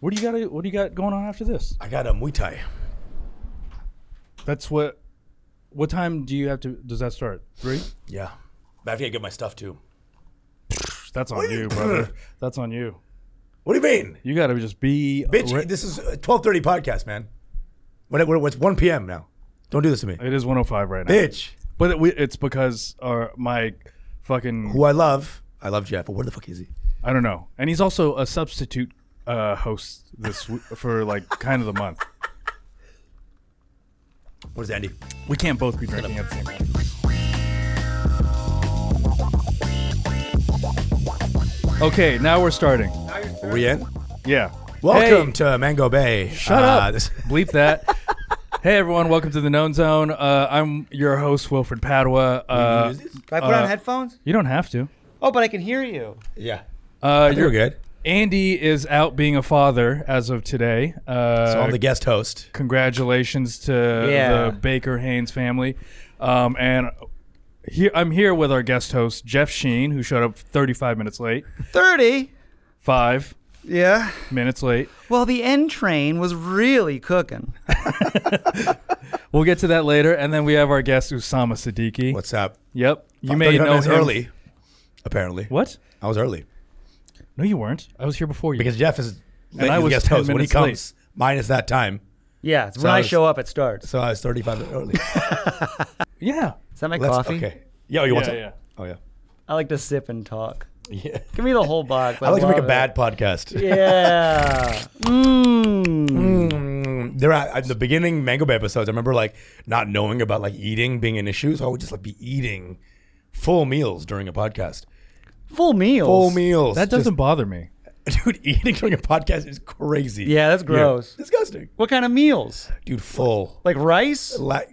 What do you got? What do you got going on after this? I got a Muay Thai. That's what. What time do you have to? Does that start? Three. Yeah. But I have to get my stuff too. That's on you, brother. That's on you. What do you mean? You got to just be. Bitch, re- this is a 1230 podcast, man. What, what, what's 1 p.m. now? Don't do this to me. it is 105 right now. Bitch, But it, we, it's because our my fucking who I love. I love Jeff, but where the fuck is he? I don't know, and he's also a substitute uh, host this w- for like kind of the month. What is Andy? We can't both be drinking at the same time. Okay, now we're starting. Are we in? Yeah. Welcome Hey, to Mango Bay. shut Uh, up. this- Bleep that. hey everyone, welcome to the Known Zone. Uh, I'm your host Wilfred Padua. Uh, Do I put Uh, on headphones? you don't have to. Oh, but I can hear you. yeah. Uh, You're your- good. Andy is out being a father as of today. Uh, So I'm the guest host. congratulations to Yeah. the Baker Haynes family. Um, and here I'm here with our guest host Jeff Sheen, who showed up 35 minutes late, 30? five Yeah. minutes late. Well, the N train was really cooking. We'll get to that later, and then we have our guest Usama Siddiqui. What's up? Yep, you I'm may 35 know minutes him. early. Apparently, What? I was early No, you weren't. I was here before you. because Jeff is late. I He's was guest 10 host when he minutes late. comes minus that time. Yeah, it's when So I I was- show up, it starts. So I was 35 minutes early. yeah, Is that my Let's- coffee? Okay. Yeah. Oh, you want Yeah, some? yeah. Oh yeah. I like to sip and talk. Yeah. Give me the whole box. I, I like to make a love it. bad podcast. Yeah. Mmm. Mm, There, at, at the beginning Mango Bay episodes, I remember like not knowing about like eating being an issue, so I would just like be eating full meals during a podcast. Full meals. Full meals. that doesn't bother me. Just- dude. Eating during a podcast is crazy. Yeah, that's gross. Disgusting, What kind of meals? dude. Full. Like rice? Like,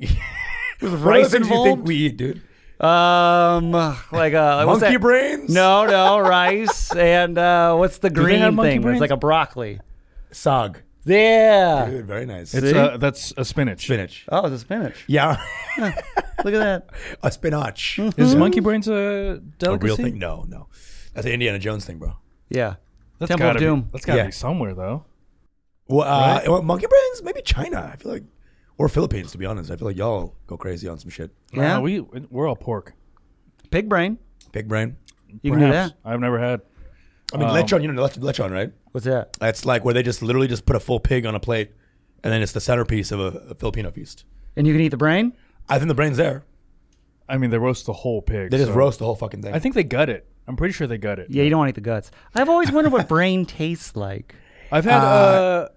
with rice You think involved? we eat, dude? Um, like uh, what's Monkey that? brains? No, no, rice and uh, what's the they have green monkey thing? brains? It's like a broccoli. Sog. Yeah. Dude, very nice. It's See? uh, that's a spinach. spinach. Oh, it's a spinach. Yeah, Look at that. a Hmm. spinach. Is monkey brains a a delicacy? real thing? No, no. That's an Indiana Jones thing, bro. Yeah. That's Temple of gotta be- Doom. That's gotta Yeah. be somewhere though. Well, uh, well, monkey brains? Maybe China. I feel like, or Philippines. To be honest, I feel like y'all go crazy on some shit. Yeah. Wow, Uh, we we're all pork. Pig brain. Big brain. You can do Perhaps. that. I've never had. I mean, Um, lechon. You know lech- lechon, right? What's that? That's like where they just literally just put a full pig on a plate, and then it's the centerpiece of a, a Filipino feast. And you can eat the brain? I think the brain's there. I mean, they roast the whole pig. They just so- roast the whole fucking thing. I think they gut it. I'm pretty sure they gut it. Yeah, you don't want to eat the guts. I've always wondered what brain tastes like. I've had uh,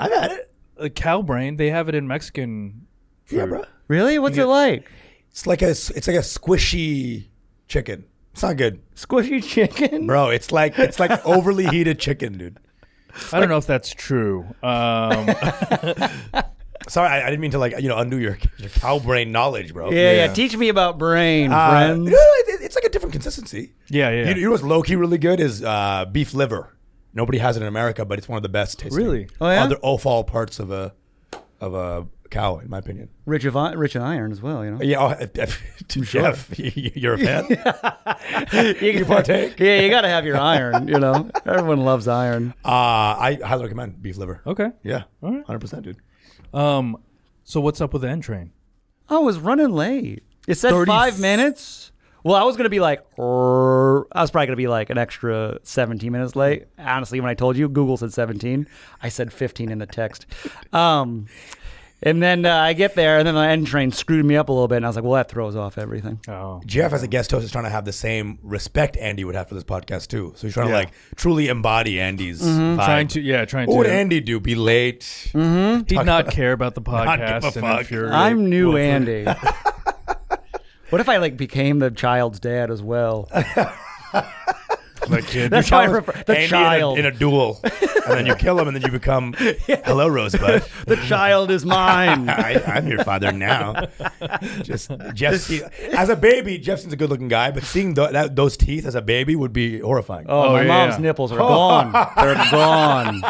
I've had it. a cow brain. They have it in Mexican. Food. Yeah, bro. Really? What's it like? It's like a s- it's like a squishy chicken. It's not good, Squishy chicken? bro. It's like it's like overly heated chicken, dude. I don't know if that's true. Um, Sorry, I, I didn't mean to like you know undo your, your cow brain knowledge, bro. Yeah, yeah, Yeah. Teach me about brain, Uh, friends. no, it- it's like a different consistency. yeah, yeah. You, you know what's low key really good is uh, beef liver. Nobody has it in America, but it's one of the best tasting. Really? Oh, yeah? Other offal parts of a of a cow, in my opinion. Rich, of, i- rich in iron as well, you know? Yeah, oh, uh, uh, Jeff, you're a fan. You, you partake? yeah, you got to have your iron, you know? Everyone loves iron. uh, I highly recommend beef liver. okay. Yeah, All right. hundred percent, dude. Um, so what's up with the N train? I was running late. It said five minutes. Well, I was gonna be like, "Rrr." I was probably gonna be like an extra seventeen minutes late. Honestly, when I told you, Google said seventeen. I said fifteen in the text. Um, and then uh, I get there, and then the end train screwed me up a little bit, and I was like, "Well, that throws off everything." Oh, Jeff, as a guest host, is trying to have the same respect Andy would have for this podcast too. So he's trying Yeah. Mm-hmm. to like truly embody Andy's. Vibe. trying to yeah, trying What would to. Andy do? Be late? he'd not care about the give a podcast. and fuck. infuriate- I'm new Wilfred. Andy. what if I like became the child's dad as well? That kid. That's how I Thomas refer the Andy in a- child. in a, duel, and then you kill him, and then you become hello Rosebud. the child is mine. I, I'm your father now. Just Jeff, Se- as a baby, Jeffson's a good-looking guy, but seeing tho- that, those teeth as a baby would be horrifying. Oh, Oh, my yeah. mom's nipples are gone. They're gone.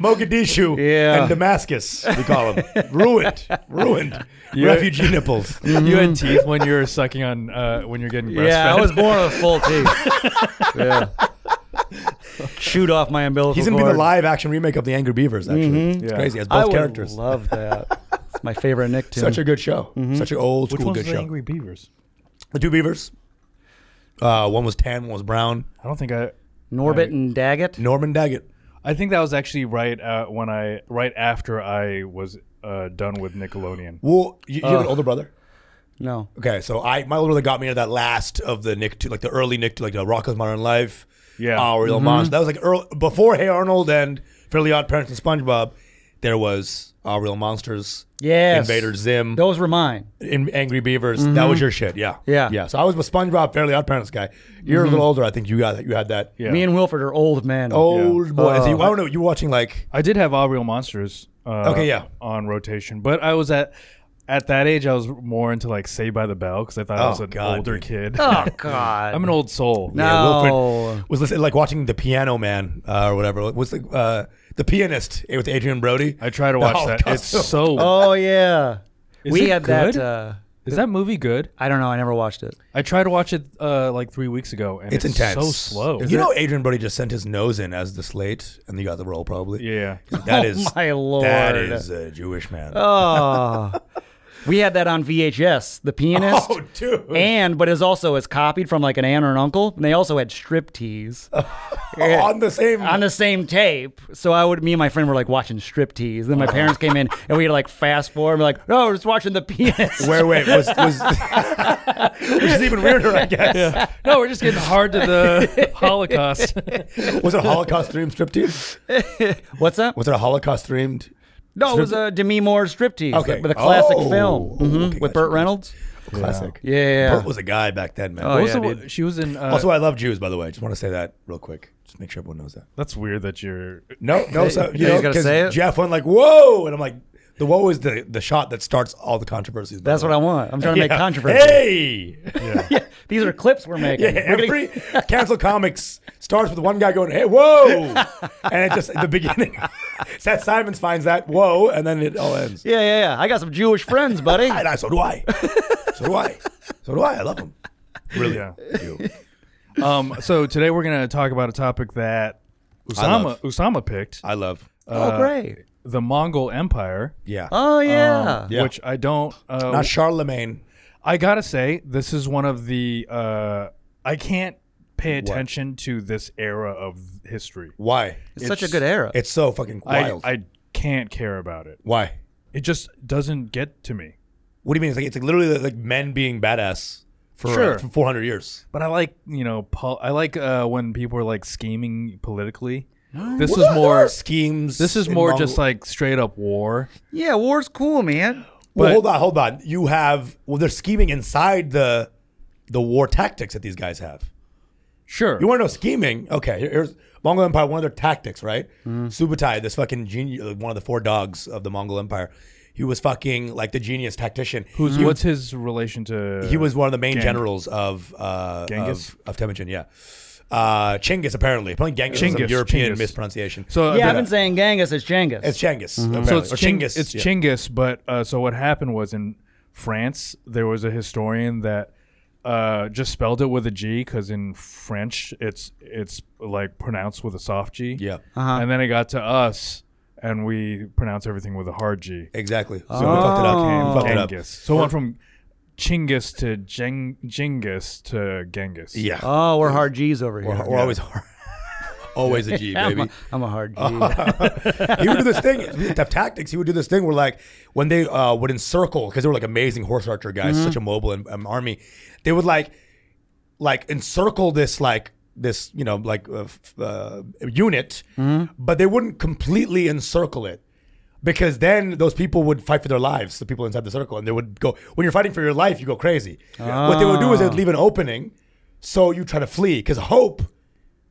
Mogadishu Yeah. and Damascus, we call them ruined, ruined refugee nipples. Mm-hmm. you had teeth when you were sucking on uh, when you're getting breastfed. Yeah, I was born with full teeth. yeah. shoot off my umbilical He's gonna be the cord. live action remake of the Angry Beavers. Actually, it's Yeah. crazy. It's I both would characters. love that. it's my favorite Nick tune. Such a good show. Such an old Which school one's good the show. Angry Beavers? The two beavers. Uh, one was tan, one was brown. I don't think I. Norbit and Daggett. Norman Daggett. I think that was actually right uh, when I, right after I was uh, done with Nickelodeon. Well, you, you have an older brother. No. Okay, so I my older brother got me into that last of the Nick, two, like the early Nick, two, like the Rocko's Modern Life. Yeah. Our Real Monster. That was like early, before Hey Arnold and Fairly Odd Parents and SpongeBob. There was Our Real Monsters. Yes. Invader Zim. Those were mine. in Angry Beavers. That was your shit, yeah. Yeah. Yeah. So I was a SpongeBob Fairly Odd Parents guy. You're a little older, I think you got that. You had that Yeah. Me and Wilfred are old men. old Yeah. boy. I see- I don't know, you were watching like I did have All Real Monsters. Uh, Okay, yeah. On rotation, but I was at at that age. I was more into like Saved by the Bell because I thought I Oh, was an God, older dude. kid. Oh God. I'm an old soul. Yeah, no. Oh. Wilfred was listening, like watching The Piano Man uh, or whatever. What's the uh, The Pianist eh, with Adrian Brody? I try to The watch that. It's Holocaust. so. Oh yeah. Is we it had good? that. Uh, is that movie good? I don't know. I never watched it. I tried to watch it uh, like three weeks ago, and it's, it's, intense. So slow. you know, Adrian Brody just sent his nose in as the slate, and you got the role probably. yeah. That is Oh my lord. That is a Jewish man. Oh. we had that on VHS. The pianist. oh, dude. And but it was also it's copied from like an aunt or an uncle, and they also had striptease on the same. on the same tape. So I would, me and my friend were like watching striptease. Then my parents came in, and we had to, like fast forward, we're like, no, we're just watching the pianist. where wait was was which is even weirder, I guess. No, we're just getting hard to the Holocaust. Was it a Holocaust themed striptease? What's that? Was it a Holocaust themed? No, it was a Demi Moore striptease Okay. with a classic Oh, film Mhm. okay, gotcha, with Burt gotcha. Reynolds. Classic. Yeah. Burt was a guy back then, man. Oh, What was yeah, the- dude. she was in. Uh, Also, I love Jews, by the way. Just want to say that real quick. Just make sure everyone knows that. that's weird that you're. No, no, so you Yeah, know, you gotta 'cause say it. Jeff went like, "Whoa!" and I'm like, "The whoa is the the shot that starts all the controversies." by That's the what way. I want. I'm trying to make controversy. Hey, These are clips we're making. yeah, We're gonna- every cancel comics starts with one guy going, "Hey, whoa!" and it just the beginning. Seth Simons finds that whoa, and then it all ends. yeah, yeah, yeah. I got some Jewish friends, buddy. And I, so do I. So do I. So do I. I love him. Really, Yeah. I do. Um, so today we're gonna talk about a topic that Usama love. Usama picked I love. uh, oh, great. the Mongol Empire, Yeah. Oh, yeah. Um, Yeah. which I don't. Uh, Not Charlemagne. I gotta say, this is one of the. Uh, I can't pay attention to this era of history. Why? It's, such a good era. It's so fucking I, wild. I can't care about it. Why? It just doesn't get to me. What do you mean? It's like it's like literally like men being badass for, uh, Sure. for 400 years. But I like you know pol- I like uh, when people are like scheming politically. This is more. schemes. This is in more Mongol- just like straight up war. yeah, war's cool, man. Well, but- hold on, hold on. You have well, they're scheming inside the the war tactics that these guys have. Sure. You want to know scheming? Okay, here- here's Mongol Empire. One of their tactics, right? Subutai, this fucking genius, one of the four dogs of the Mongol Empire. He was fucking like the genius tactician. Who's what's his relation to? He was one of the main Gang- generals of uh, Genghis? of, of Temujin. Yeah, uh, Chinggis apparently. Apparently, Genghis is Genghis, a European Chinggis. mispronunciation. So yeah, uh, I've been saying Genghis is Genghis. It's Genghis. Mm-hmm. so apparently. it's Or Ching- Chinggis. It's yeah. Chinggis, but uh, so what happened was in France there was a historian that uh, just spelled it with a G because in French it's it's like pronounced with a soft G. Yeah. and then it got to us and we pronounce everything with a hard G. Exactly. So we fucked it up. We fucked it up. Oh. Genghis. So it went from Chinggis to Jeng- Genghis to Genghis. Yeah. Oh, we're hard G's over here. We're, we're always always a G, Yeah, I'm, baby. a, I'm a hard G. uh, he would do this thing. The tactics. He would do this thing where, like, when they uh, would encircle, because they were like amazing horse archer guys, Mm-hmm. such a mobile and, um, army. They would like, like encircle this like this you know like uh, f- uh, unit, Mm-hmm. but they wouldn't completely encircle it. Because then those people would fight for their lives, the people inside the circle, and they would go. When you're fighting for your life, you go crazy. Ah. What they would do is they'd leave an opening, so you try to flee. Because hope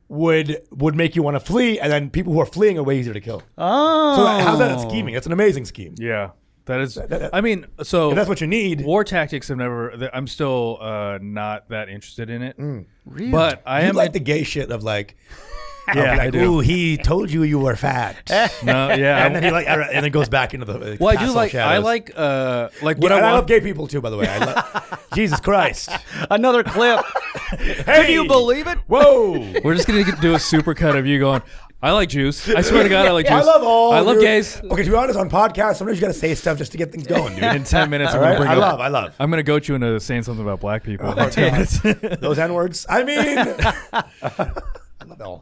would would make you want to flee, and then people who are fleeing are way easier to kill. oh. So how's that scheming? That's an amazing scheme. yeah. That is. I mean, so If that's what you need, War tactics have never. th- I'm still uh, not that interested in it. Really? But I I Mm. you am. like the gay shit of like, yeah, like, I do. Ooh, he told you you were fat, No, and yeah. then he like, and then it goes back into the. Like, well, I do castle like. I shadows. like. Uh, like Yeah, what and I I love want. gay people too, by the way. I love, Jesus Christ! Another clip. Hey! Can you believe it? Whoa. We're just gonna do a supercut of you going. I like juice. I swear to God, I like juice. I love all. I love your- gays. Okay, to be honest, on podcasts, sometimes you got to say stuff just to get things going, dude. In ten minutes, All I'm right? gonna bring I up. love, I love I'm gonna goat you into saying something about black people. in Oh, 10 God. minutes. those N words. I mean, I love all.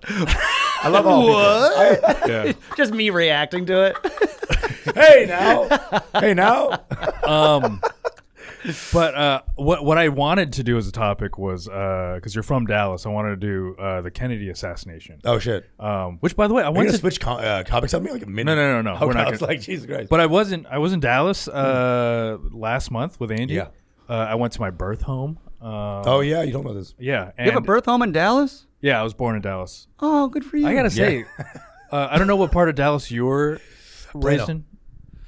I love all. people. I- yeah. Just me reacting to it. hey now, hey now. um, but uh, what what I wanted to do as a topic was because you're from Dallas, I wanted to do uh, the Kennedy assassination. Oh shit! Um, which, by the way, I Are you wanted gonna to, switch co- uh, comics on me like a minute? No, no, no, no, Okay, we're not I was gonna- like, Jesus Christ. but I wasn't. I was in Dallas uh, last month with Andy. Hmm. Yeah. Uh, I went to my birth home. Um, oh yeah, you don't know this. yeah. And, You have a birth home in Dallas? Yeah, I was born in Dallas. Oh, good for you. Hmm. I gotta say, uh, I don't know what part of Dallas you're Plano. raised in.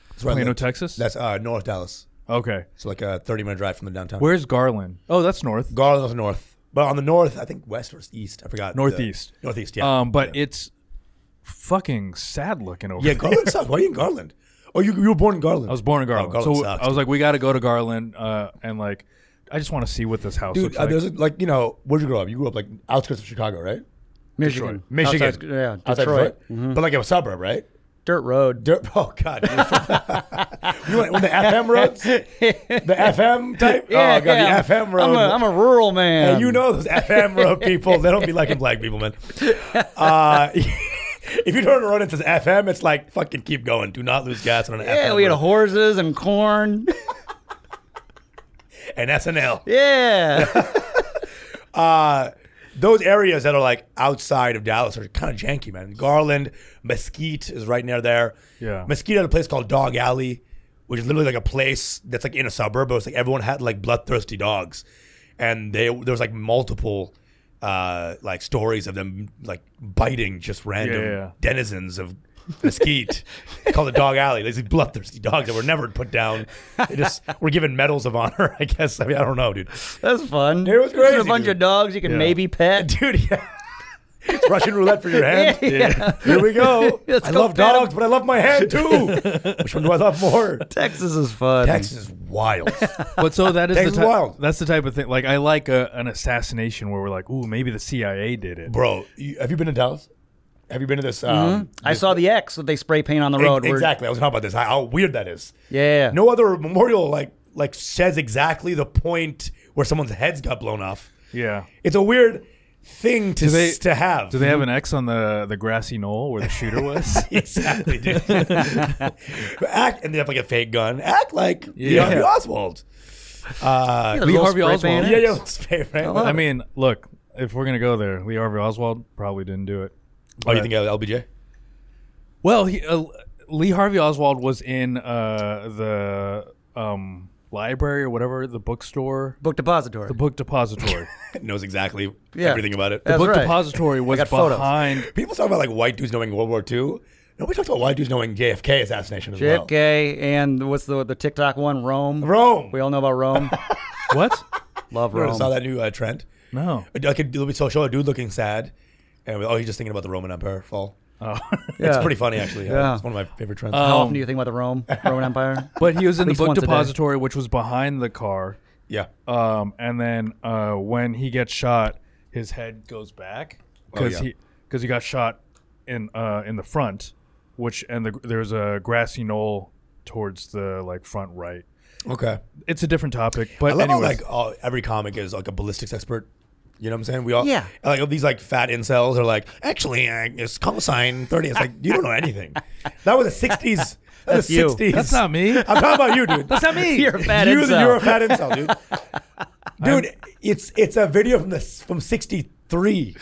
That's where I Plano, live. Texas. That's uh, North Dallas. okay. It's like a thirty-minute drive from the downtown. Where's Garland? Oh, that's north. Garland was north, but on the north, I think west or east. I forgot. the- Northeast. northeast. Yeah. Um, but it's fucking sad looking over yeah, there. Garland sucks. Why are you in Garland? Oh, you, you were born in Garland. I was born in Oh, Garland, Garland so sucks, I was like, we got to go to Garland, uh, and like, I just want to see what this house Dude, looks uh, like. there's like you know, where'd you grow up? You grew up like outskirts of Chicago, right? Michigan. Michigan, Outside- yeah, Detroit. Mm-hmm. Outside but like a suburb, right? Dirt road. Dirt. Oh God, you were from- you went on the FM roads, the FM type. oh God, the FM road. I'm a, I'm a rural man. Hey, you know those FM road people. They don't be liking black people, man. Uh, if you turn the road and it says FM, it's like fucking keep going. Do not lose gas on an Yeah, FM. we had road. horses and corn. and SNL. Yeah. uh, those areas that are like outside of Dallas are kind of janky, man. Garland, Mesquite is right near there. Yeah. Mesquite had a place called Dog Alley, which is literally like a place that's like in a suburb, but it's like everyone had like bloodthirsty dogs, and they there was like multiple. Uh, like stories of them like biting just random Yeah, yeah, yeah. denizens of mesquite called the dog alley. These bloodthirsty dogs that were never put down. They just were given medals of honor, I guess. I mean, I don't know, dude. That's fun. It was There's crazy, a bunch dude. of dogs you can Yeah. maybe pet. dude. Yeah. It's Russian roulette for your hand. Yeah, yeah. Here we go. Let's I go love pat him. dogs, but I love my hand too. Which one do I love more? Texas is fun. Texas is wild. but so that is the Texas type- Wild. That's the type of thing. Like, I like a, an assassination where we're like, ooh, maybe the CIA did it. Bro, you, have you been to Dallas? Have you been to this? Um, I saw the X that they spray paint on the e- Mm-hmm. road. where- exactly. I was talking about this. How, how weird that is. Yeah. No other memorial like like says exactly the point where someone's heads got blown off. Yeah. It's a weird thing to they- s- to have. Do they have an X on the the grassy knoll where the shooter was? exactly, dude. Act and they have like a fake gun. Act like Lee Yeah. Harvey Oswald. Uh, Yeah, the Lee little Harvey spray Oswald. paint Yeah, yeah, X. it's favorite. love I mean, look, if we're gonna go there, Lee Harvey Oswald probably didn't do it. oh, you think of LBJ? Well, he, uh, Lee Harvey Oswald was in uh, the um, library or whatever, the bookstore, Book depository. the book depository. Knows exactly Yeah. everything about it. the That's book right. depository was got photos. behind. People talk about like white dudes knowing World War II. Nobody talks about white dudes knowing JFK assassination as well. JFK and what's the the TikTok one? Rome. Rome. We all know about Rome. What? Love I Rome. saw that new uh, trend. No. Like a, it'll be so show a dude looking sad, and oh, he's just thinking about the Roman Empire fall. Oh. It's Yeah. pretty funny actually. Yeah. Yeah. Uh, It's one of my favorite trends. How Um, often do you think about the Rome Roman Empire? But he was in the least book once a day. depository, which was behind the car. yeah. Um, and then uh, when he gets shot, his head goes back because Oh, yeah. he because he got shot in uh, in the front, which and the, there's a grassy knoll towards the like front right. Okay. It's a different topic, I but love anyway, how like all, every comic is like a ballistics expert. You know what I'm saying? We all Yeah. Like all these like fat incels are like, actually, uh, it's call sign thirty. It's like you don't know anything. That was the '60s. That was That's you. 60s. that's not me. I'm talking about you, dude. That's not me. You're a fat you, incel. You're a fat incel, dude. dude, it's it's a video from the from '63,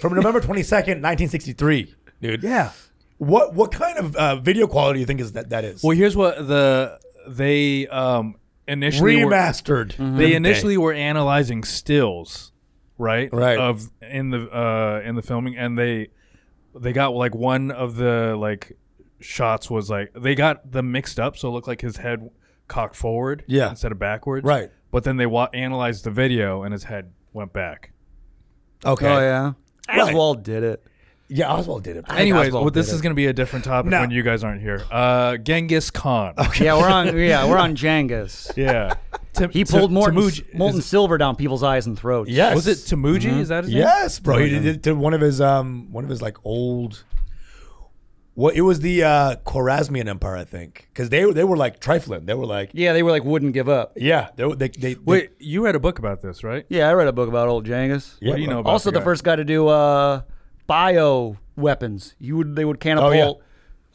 from November 22nd, 1963, dude. yeah. What what kind of uh, video quality do you think is that that is? Well, here's what the they um initially were, Remastered. Mm-hmm. they initially were analyzing stills, right? Right. Of in the uh in the filming and they they got like one of the like shots was like they got them mixed up so it looked like his head cocked forward Yeah. instead of backwards. Right. But then they wa- analyzed the video and his head went back. Okay. Oh yeah. Right. Oswald did it. Yeah, Oswald did it. think Anyways, Oswald well, this did is going to be a different topic No. when you guys aren't here. Uh Genghis Khan. Yeah, we're on. Yeah, we're on Jenga's. Yeah. Tim- He Tim- pulled molten, Timuj- molten is- silver down people's eyes and throats. Yes. Was it Tamuji? Mm-hmm. Is that his name? Yes, bro. He did it to one of his um one of his like old. What it was the uh Khwarezmian Empire, I think, because they they were like trifling. They were like Yeah, they were like wouldn't give up. yeah, they were- they, they, they Wait, you read a book about this, right? Yeah, I read a book about old Jangus. Yeah, what do you bro. know about also the guy? first guy to do uh, bio weapons. You would Oh, they would catapult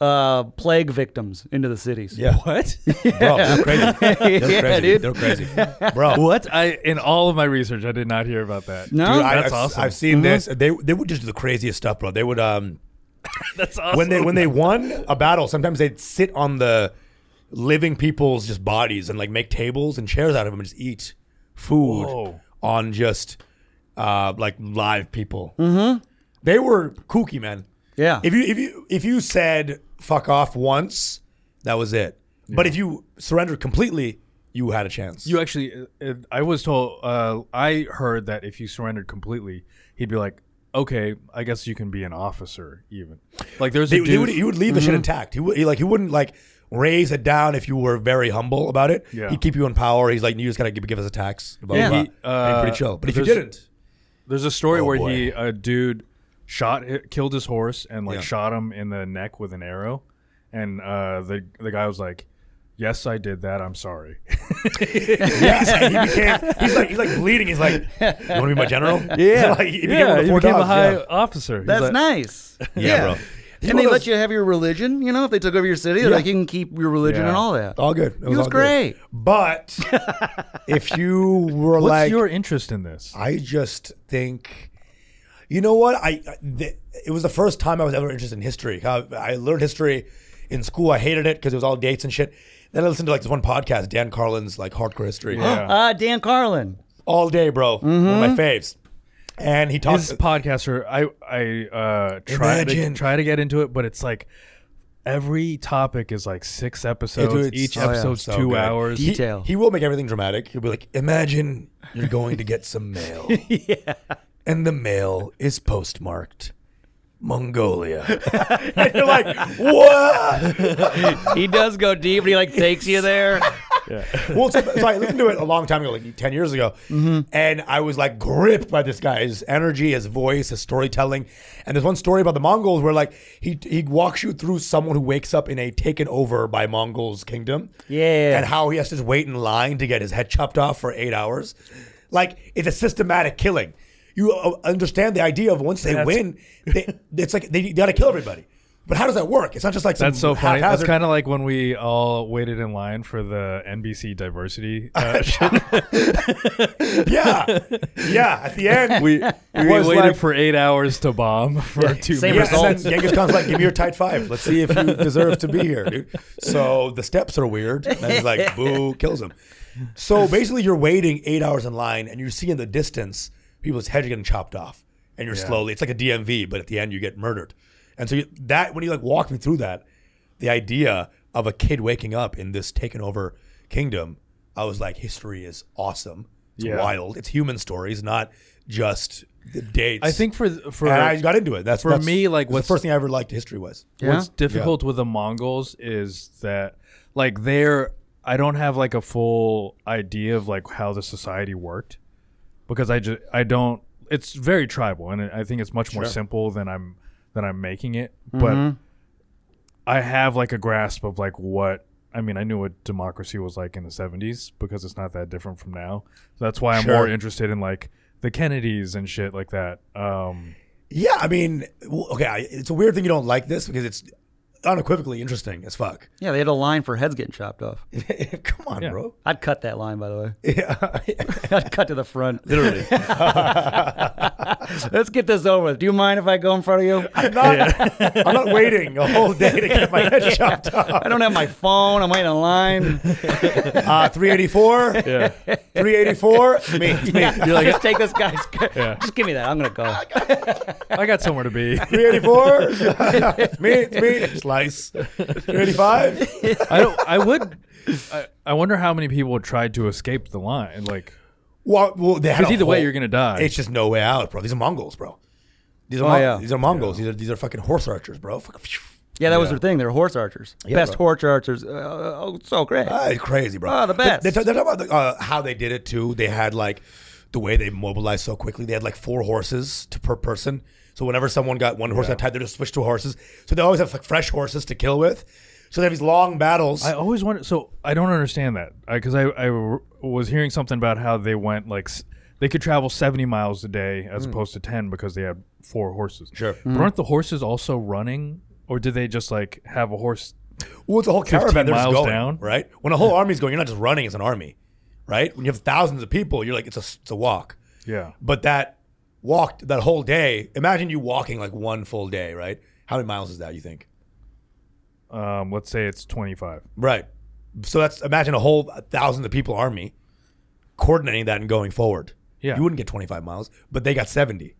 uh, plague victims into the cities. yeah, What? bro, they're crazy. They're crazy. Yeah, dude. They're crazy, bro. what? I in all of my research, I did not hear about that. No, Dude, I, That's have awesome. I've seen this. They they would just do the craziest stuff, bro. They would um That's awesome. when they when they won a battle, sometimes they'd sit on the living people's just bodies and like make tables and chairs out of them and just eat food Whoa. on just uh like live people. Mm-hmm. They were kooky, man. Yeah. If you if you if you said fuck off once, that was it. But if you surrendered completely, you had a chance. you actually, uh, uh, I was told, uh, I heard that if you surrendered completely, he'd be like, "Okay, I guess you can be an officer." Even like there's they, a they dude. would, e- he would leave Mm-hmm. the shit intact. He would he, like he wouldn't like raise it down if you were very humble about it. Yeah. He'd keep you in power. He's like you just gotta give, give us a tax. Blah, Yeah. blah, He, blah. And uh, pretty chill. But if you there's- didn't, there's a story where Oh, boy. he a dude shot hi- killed his horse and like Yeah. shot him in the neck with an arrow, and uh, the the guy was like, "Yes, I did that. I'm sorry." yes, and he became. He's like he's like bleeding. He's like, you want to be my general? like, he became one of the he four became a dogs, high yeah. officer. He's That's like- nice. Yeah, bro. He's And one they of let those- you have your religion, you know, if they took over your city, they're Yeah. Oh, like you can keep your religion Yeah. and all that. All good. It was all good. great. But if you were What's like, your interest in this? I just think, you know what? I I- th- it was the first time I was ever interested in history. I, I learned history in school. I hated it because it was all dates and shit. Then I listened to like this one podcast, Dan Carlin's like hardcore history, Yeah. Mm-hmm. Uh, Dan Carlin. all day, bro. One of my faves. And he talks. This podcaster, I I uh, try to Uh, Imagine. try to get into it, but it's like every topic is like six episodes. Dude, it's Each so- episode's so two good. hours. He- Detail. He, will make everything dramatic. He'll be like, imagine you're going to get some mail. And the mail is postmarked Mongolia. and you're like, what? he does go deep and he like takes you there. well, so, so I listened to it a long time ago, like 10 years ago. And I was like gripped by this guy, his energy, his voice, his storytelling. And there's one story about the Mongols where like he, he walks you through someone who wakes up in a taken over by Mongols kingdom. Yeah. And how he has to just wait in line to get his head chopped off for eight hours. Like it's a systematic killing. You uh, understand the idea of once they win, they, it's like they, got to kill everybody. But how does that work? It's not just like some That's so funny. That's haphazard- kind of like when we all waited in line for the NBC diversity. Uh, show. yeah, yeah. At the end, we we Was waited like- for eight hours to bomb for two same minutes. Yeah, result. and then Genghis Khan's like, give me your tight five. Let's see if you deserve to be here, dude. So the steps are weird. And he's like, boo, kills him. So basically, you're waiting eight hours in line and you see in the distance people's heads are getting chopped off. And you're slowly, it's like a DMV, but at the end, you get murdered. And so you, that, when you like walk me through that, the idea of a kid waking up in this taken over kingdom, I was like, history is awesome. It's Yeah. wild. It's human stories, not just the dates. I think for th- for And I got into it. That's for that's- me, like, that's what's- the first thing I ever liked history was. Yeah. What's difficult with the Mongols is that like they're I don't have like a full idea of like how the society worked because I just I don't it's very tribal and I think it's much more simple than I'm than I'm making it but I have like a grasp of like what I mean I knew what democracy was like in the 70s because it's not that different from now that's why I'm Sure. more interested in like the Kennedys and shit like that um Yeah, I mean, w- okay, I, it's a weird thing you don't like this because it's unequivocally interesting as fuck. Yeah, they had a line for heads getting chopped off. Come on, bro. I'd cut that line, by the way. Yeah, I'd cut to the front. literally. Let's get this over with. Do you mind if I go in front of you? I'm not, I'm not waiting a whole day to get my head chopped off. I don't have my phone. I'm waiting in line. Uh, 384. yeah 384. Me. me. just take this guy's. Yeah. Just give me that. I'm gonna go. I got somewhere to be 384. me. it's Me. Slice. 385. I don't. I would. I, I wonder how many people tried to escape the line. Like, Well, well they had because a either way, whole- you're gonna die. It's just no way out, bro. These are Mongols, bro. These are Oh, Mon- yeah. these are Mongols. These are these are fucking horse archers, bro. Fuck- Yeah, that was their thing. They were horse archers. Best bro. horse archers. Uh, oh, so great. Ah, it's crazy, bro. Oh, the best. They, they, they're talking about the, uh, how they did it too. They had like the way they mobilized so quickly. They had like four horses to per person. So whenever someone got one horse at a time, they just switched to horses. So they always have like fresh horses to kill with. So they have these long battles. I always wonder. So I don't understand that because I, I r- was hearing something about how they went like s- they could travel seventy miles a day as opposed to ten because they had four horses. Sure. but aren't the horses also running, or did they just like have a horse? well, it's a whole 15 caravan. They're just miles going down. right. When a whole army's going, you're not just running as an army, right? When you have thousands of people, you're like it's a s- it's a walk. Yeah, But that walked that whole day. Imagine you walking like one full day, right? How many miles is that? You think? um, let's say it's twenty five. Right. So that's imagine a whole thousands of people army coordinating that and going forward. Yeah. You wouldn't get 25 miles, but they got 70.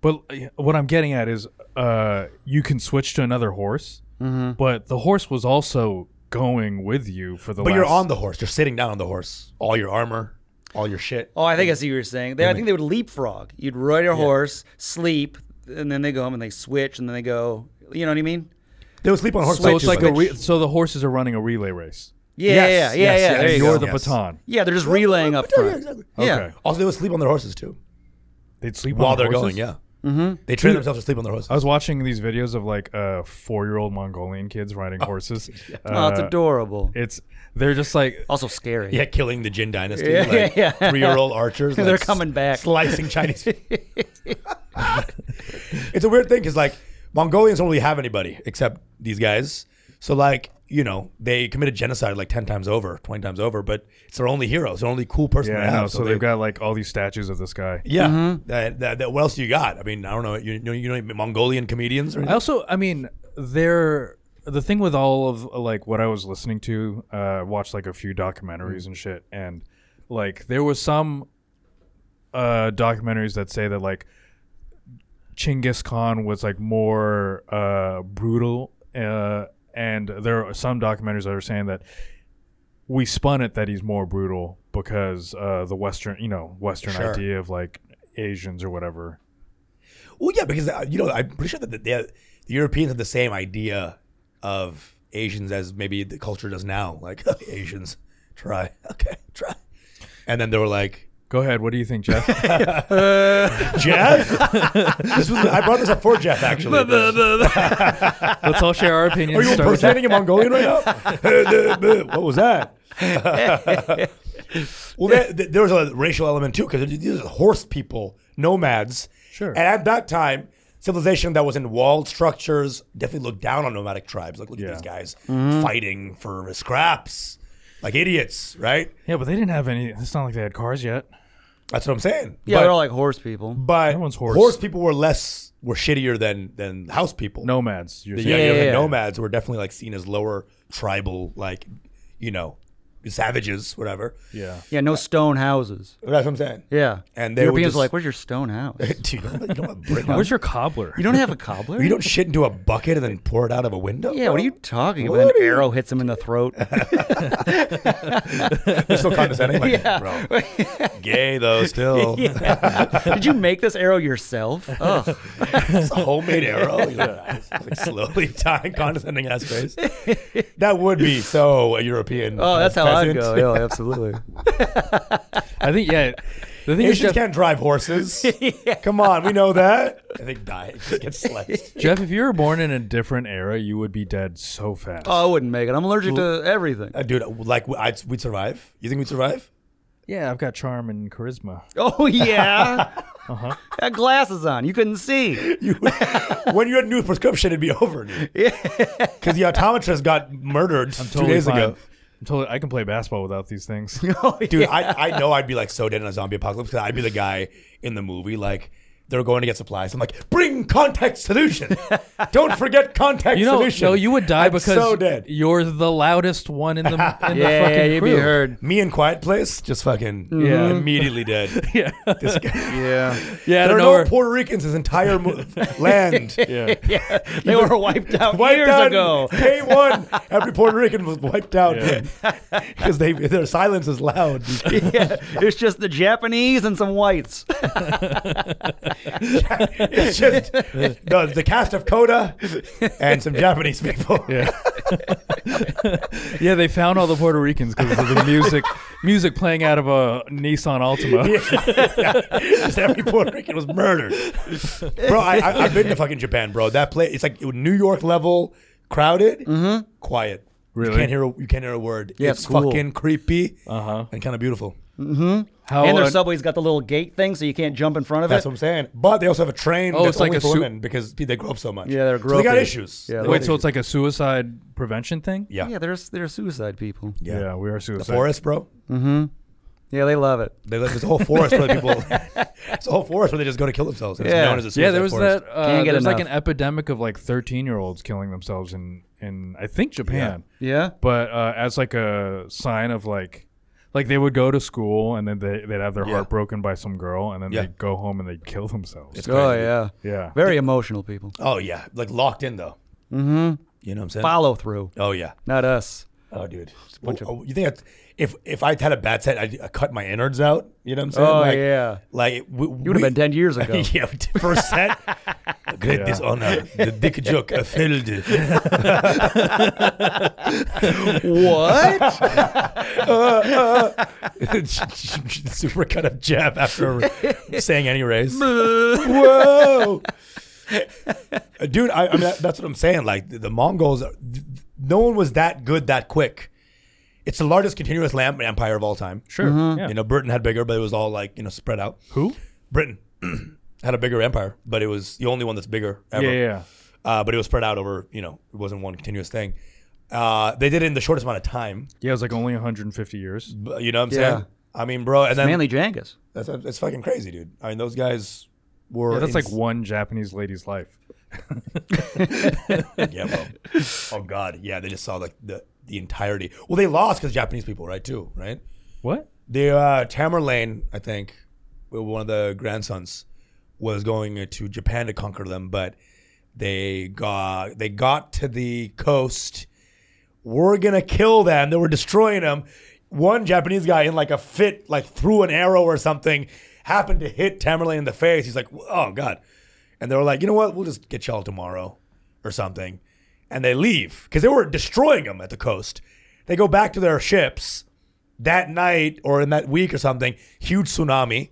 But uh, what I'm getting at is, uh, you can switch to another horse, but the horse was also going with you for the. But last, you're on the horse. You're sitting down on the horse. All your armor, all your shit. Oh, I think I see what you're saying. They, I think they would leapfrog. You'd ride your horse, sleep, and then they go home and they switch, and then they go. You know what I mean? They would sleep on a horse. So it's too, like but- a re- so the horses are running a relay race. Yeah, Yes, yeah, yeah, yes, yeah. yes, there you yes. go. You're the Yes. baton. Yeah, they're just relaying up Yeah, yeah, front. exactly. Yeah. Okay. Also, they would sleep on their horses too They'd sleep while Oh. on the they're horses? going. Yeah. Mm-hmm. They train themselves to sleep on their horses. I was watching these videos of like uh, four-year-old Mongolian kids riding horses. Oh, it's Uh, adorable. Oh, It's they're just like Also scary. Yeah, killing the Jin dynasty. Yeah, like yeah, yeah. Three-year-old archers. They're like, coming back. slicing Chinese. it's a weird thing because like Mongolians don't really have anybody except these guys. So like you know they committed genocide like ten times over, twenty times over, but it's their only hero. It's their only cool person. yeah, they I know. have. So, they've got like all these statues of this guy. yeah. Mm-hmm. That, that, that, what else do you got? I mean, I don't know. You, you know, you know any Mongolian comedians or I anything? also, I mean, they're the thing with all of like what I was listening to. Uh, I watched like a few documentaries and shit, and like there was some uh, documentaries that say that like Chinggis Khan was like more uh, brutal, uh, and there are some documentaries that are saying that we spun it that he's more brutal because uh, the Western, you know, Western Sure. idea of like Asians or whatever. Well, yeah, because uh, you know I'm pretty sure that the, the Europeans have the same idea of Asians as maybe the culture does now. Like Asians, try okay, try, and then they were like, Go ahead. What do you think, Jeff? Jeff. this was I brought this up for Jeff actually. Are Let's all share our opinions. you Start with impersonating a Mongolian right now? what was that? well, there, there was a racial element too because these are horse people, nomads. Sure. And at that time, civilization that was in walled structures definitely looked down on nomadic tribes. Like, look Yeah. at these guys fighting for scraps, like idiots, right? Yeah, but they didn't have any. It's not like they had cars yet. That's what I'm saying. Yeah, but, they're all like horse people. but Everyone's horse. horse people were less were shittier than than house people. Nomads. You're the saying. idea of the yeah. nomads were definitely like seen as lower tribal, like you know, savages, whatever. Yeah. Yeah, no stone houses. That's what I'm saying. Yeah. And they would Europeans just- are like, where's your stone house? Dude, you don't, you don't have brick Where's your cobbler? You don't have a cobbler? You don't shit into a bucket and then pour it out of a window. yeah, what are you talking about? What An are you- arrow hits him in the throat. You're still condescending, like, bro. Gay though, still. Did you make this arrow yourself? Ugh. It's a homemade arrow. You're like, "Nice." Like, slowly dying, condescending ass face. That would be so a European. Oh, that's how I'd peasant. go. Yeah, absolutely. I think yeah. The thing is, Asians Jeff, can't drive horses. Come on, we know that. I think die just get sliced. Jeff, if you were born in a different era, you would be dead so fast. Oh, I wouldn't make it. I'm allergic to everything. Uh, dude, like I'd, we'd survive. You think we'd survive? yeah, I've got charm and charisma. Oh yeah. Had glasses on. You couldn't see. You, when you had a new prescription, it'd be over, dude. Because the optometrist got murdered two days fine. ago. I'm totally. I can play basketball without these things. Oh, yeah. Dude, I, I know I'd be like so dead in a zombie apocalypse because I'd be the guy in the movie like. They're going to get supplies. I'm like, bring contact solution. Don't forget contact You know, solution. no, you would die I'm because so dead. you're the loudest one in the in yeah, the fucking yeah, you'd crew. be heard. Me in Quiet Place, just fucking Yeah. immediately dead. Yeah, This guy. Yeah. yeah. I There don't are know. no where- Puerto Ricans in this entire mo- land. yeah, Yeah. They were wiped out wiped years out ago. Day one, every Puerto Rican was wiped out Yeah. because they their silence is loud. yeah. It's just the Japanese and some whites. it's just the, the cast of Coda and some Japanese people. Yeah. yeah, they found all the Puerto Ricans because of the music music playing out of a Nissan Altima. just every Puerto Rican was murdered. Bro, I, I, I've been to fucking Japan, bro. That place, it's like New York level, crowded, Mm-hmm. quiet. Really? You can't hear a, you can't hear a word. Yeah, it's it's cool. fucking creepy Uh-huh. and kind of beautiful. How Oh, and their un- subway's got the little gate thing, so you can't jump in front of That's it. what I'm saying. But they also have a train Oh, that's it's like only a for su- women because they grow up so much. Yeah, they're So they got gropey. issues. Yeah, wait, They got so issues. it's like a suicide prevention thing? yeah. yeah, there's there's suicide people. Yeah, we are suicide. Forest, bro. Yeah, they love it. They, there's a whole forest where people. It's a whole forest where they just go to kill themselves. and It's Yeah. known as a Yeah, suicide there was forest. that. Uh, Can't get there's like an enough. epidemic of like 13 year olds killing themselves in in I think Japan. Yeah. But uh, as like a sign of like, like they would go to school and then they, they'd have their Yeah. heart broken by some girl and then Yeah. they'd go home and they'd kill themselves. It's Oh crazy. yeah. yeah. Very emotional people. uh, Oh yeah, like locked in though. Mm-hmm. You know what I'm saying? Follow through, Oh yeah. not us. Oh dude. bunch Oh, of- oh, you think I'd, if if I'd had a bad set, I'd, i cut my innards out. You know what I'm saying? Oh, like, yeah. Like we, you would've been dead years ago. yeah, we did first set. Great dishonor. The dick joke uh, failed. What? Super cut up jab after saying any race. Whoa, Uh, dude! I, I mean, that- that's what I'm saying. Like the, the Mongols, are- th- th- no one was that good that quick. It's the largest continuous land empire of all time. Sure. Mm-hmm. Yeah. You know, Britain had bigger, but it was all like you know spread out. Who? Britain had a bigger empire, but it was the only one that's bigger ever. Yeah, yeah, yeah. Uh, but it was spread out over, you know, it wasn't one continuous thing. Uh, they did it in the shortest amount of time. Yeah, it was like only 150 years. But, you know what I'm Yeah. saying? I mean, bro, and then Mainly Jengas. that's, that's fucking crazy, dude. I mean, those guys were. Yeah, that's like ins- one Japanese lady's life. yeah, bro. Oh god, yeah, they just saw like the the entirety. Well, they lost because Japanese people, right? Too right. What? The uh, Tamerlane, I think, were one of the grandsons, was going to Japan to conquer them, but they got they got to the coast. We're gonna kill them. They were destroying them. One Japanese guy in like a fit, like threw an arrow or something, happened to hit Tamerlane in the face. He's like, "Oh God!" And they were like, "You know what? We'll just get y'all tomorrow, or something." And they leave because they were destroying them at the coast. They go back to their ships that night or in that week or something, huge tsunami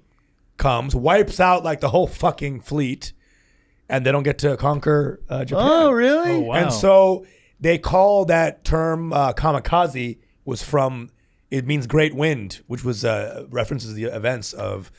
comes, wipes out like the whole fucking fleet, and they don't get to conquer uh, Japan. Oh, really? Oh, wow. And so they call that term uh, kamikaze was from it means great wind, which was uh, references the events of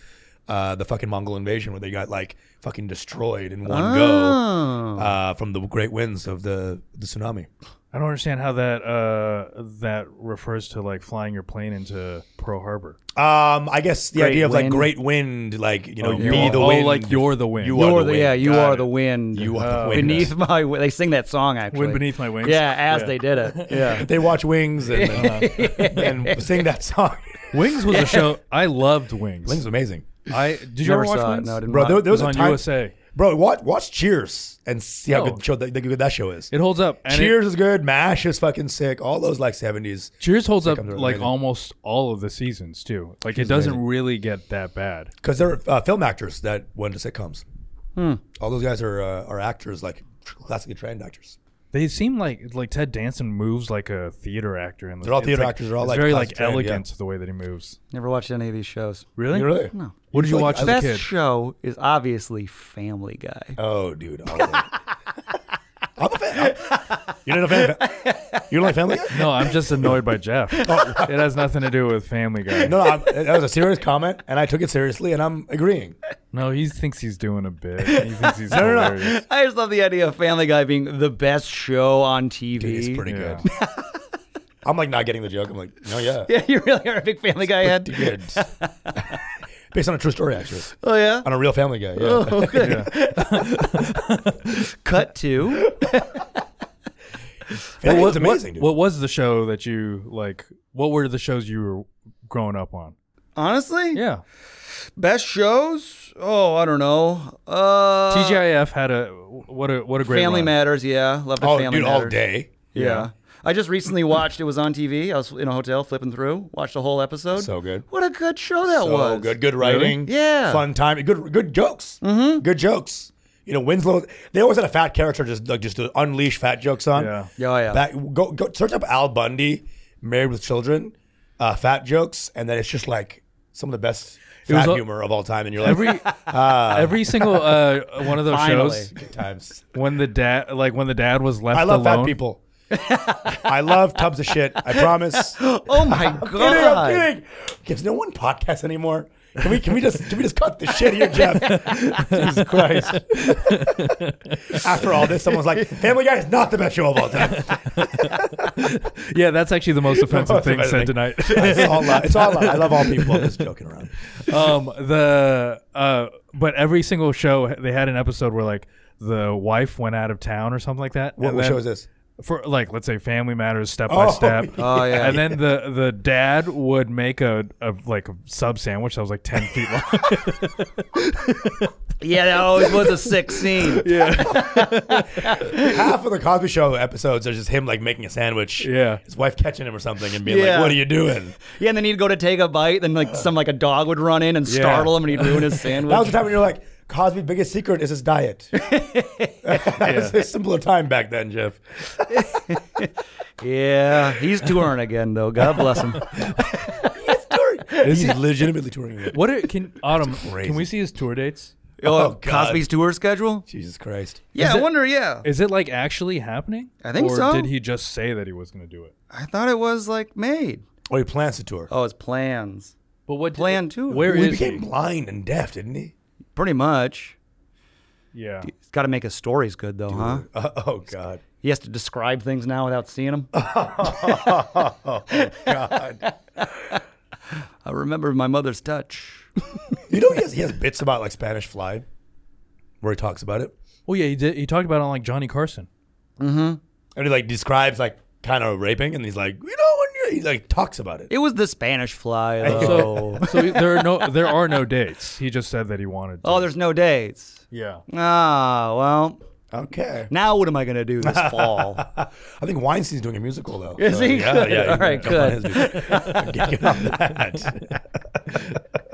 uh, the fucking Mongol invasion where they got like fucking destroyed in Oh, one Oh. go uh, from the great winds of the the tsunami. I don't understand how that uh, that refers to like flying your plane into Pearl Harbor. Um, I guess the Great idea of like wind. great wind, like you know, you be are- the oh, wind. like you're the wind. You You're are You're the the, wind. yeah, you Got are it. the wind. Oh. You are the wind. beneath my wi- they sing that song actually. Wind beneath my wings. Yeah, as Yeah. they did it. Yeah. They watch Wings and, uh, and sing that song. Wings was a show I loved. Wings. Wings is amazing, I did you ever Never watch saw it. Wings? No, I didn't bro. There, there It was was a on time, USA. bro. Watch, watch Cheers and see how Oh. good show that, that good that show is. It holds up. And Cheers is good. Mash is fucking sick. All those like seventies. It, Cheers holds up I'm doing like amazing. almost all of the seasons too. Like it doesn't really get that bad. because they're uh, film actors that went to sitcoms. Hmm. All those guys are uh, are actors, like tr- classically trained actors. They seem like like Ted Danson moves like a theater actor, and They're all it's theater like- actors. They're all, it's like, very like concentrated, yeah. elegant the way that he moves. Never watched any of these shows. Really? Really? No. What did you Like, watch I as a Best kid? show is obviously Family Guy. Oh, dude. all of them. I'm a fan. You're not a fan. of- You don't like Family Guy? No, I'm just annoyed by Jeff. It has nothing to do with Family Guy. No, no, I'm, that was a serious comment, and I took it seriously, and I'm agreeing. No, he thinks he's doing a bit. He thinks he's hilarious. I just love the idea of Family Guy being the best show on TV. Yeah. I'm like not getting the joke. I'm like, no, yeah, Yeah, you really are a big Family Guy head. good. Based on a true story, actually, Oh yeah. on a real Family Guy. Yeah. Cut to That What- was amazing, dude. What was the show that you like? What were the shows you were growing up on? honestly. Yeah, Best shows? Oh, I don't know. Uh, TGIF had a what a what a great Family run. Matters. Yeah, love the oh, Family dude, Matters. all day. Yeah. I just recently watched. It was on TV. I was in a hotel flipping through, watched a whole episode. So good. What a good show that so was. good, good writing, Yeah. fun time, good, good jokes, mm-hmm. good jokes. You know, Winslow. They always had a fat character just like just to unleash fat jokes on. Yeah. Yeah, oh, yeah. That- go go search up Al Bundy, Married with Children, uh, fat jokes, and then it's just like some of the best was fat a- humor of all time. And you're like, Every every single uh, one of those Finally. shows good times. when the dad like when the dad was left I love alone. fat people. I love tubs of shit. I promise. oh my god. kidding, I'm kidding. Gives no one podcasts anymore. Can we can we just can we just cut the shit here, Jeff? Jesus Christ. After all this, someone's like, Family Guy is not the best show of all time. Yeah, that's actually the most offensive Most thing said tonight. offensive It's all love. It's all love. I love all people. I'm just joking around. um the uh but every single show they had an episode where like the wife went out of town or something like that. What, And what then- show is this? For like let's say Family Matters step Oh, by step. Oh yeah. And then the the dad would make a, a like a sub sandwich that was like ten feet long. yeah, that always was a sick scene. Half of the Cosby Show episodes are just him like making a sandwich. Yeah. His wife catching him or something and being Yeah. like, What are you doing? Yeah, and then he'd go to take a bite, then like some like a dog would run in and startle him, and he'd ruin his sandwich. That was the time when you're like, Cosby's biggest secret is his diet. It was a simpler time back then, Jeff. yeah, he's touring again though. God bless him. He's legitimately touring again. what are, can Autumn? crazy. Can we see his tour dates? Oh, God. Cosby's tour schedule. Jesus Christ. Yeah, I it- wonder. Yeah, Is it like actually happening? I think or so. Did he just say that he was going to do it? I thought it was like made. Oh, he plans to tour. Oh, it's plans. But what Plan two. Where Well, he is became he? blind and deaf, didn't he? Pretty much. Yeah. He's got to make his stories good though, huh? Uh, oh God. He has to describe things now without seeing them. Oh, God. I remember my mother's touch. you know he has, he has bits about like Spanish fly, where he talks about it, Well, yeah, he did. He talked about it on like Johnny Carson. and he like describes like kind of raping, and he's like, you know, when you he like talks about it. It was the Spanish fly Oh. though. So, so there are no there are no dates. He just said that he wanted. To. oh, there's no dates. yeah. Ah, well, Okay. now what am I gonna do this fall? I think Weinstein's doing a musical though. Is he? Yeah, Good. yeah. All right, Jump on his, dude. Get on that.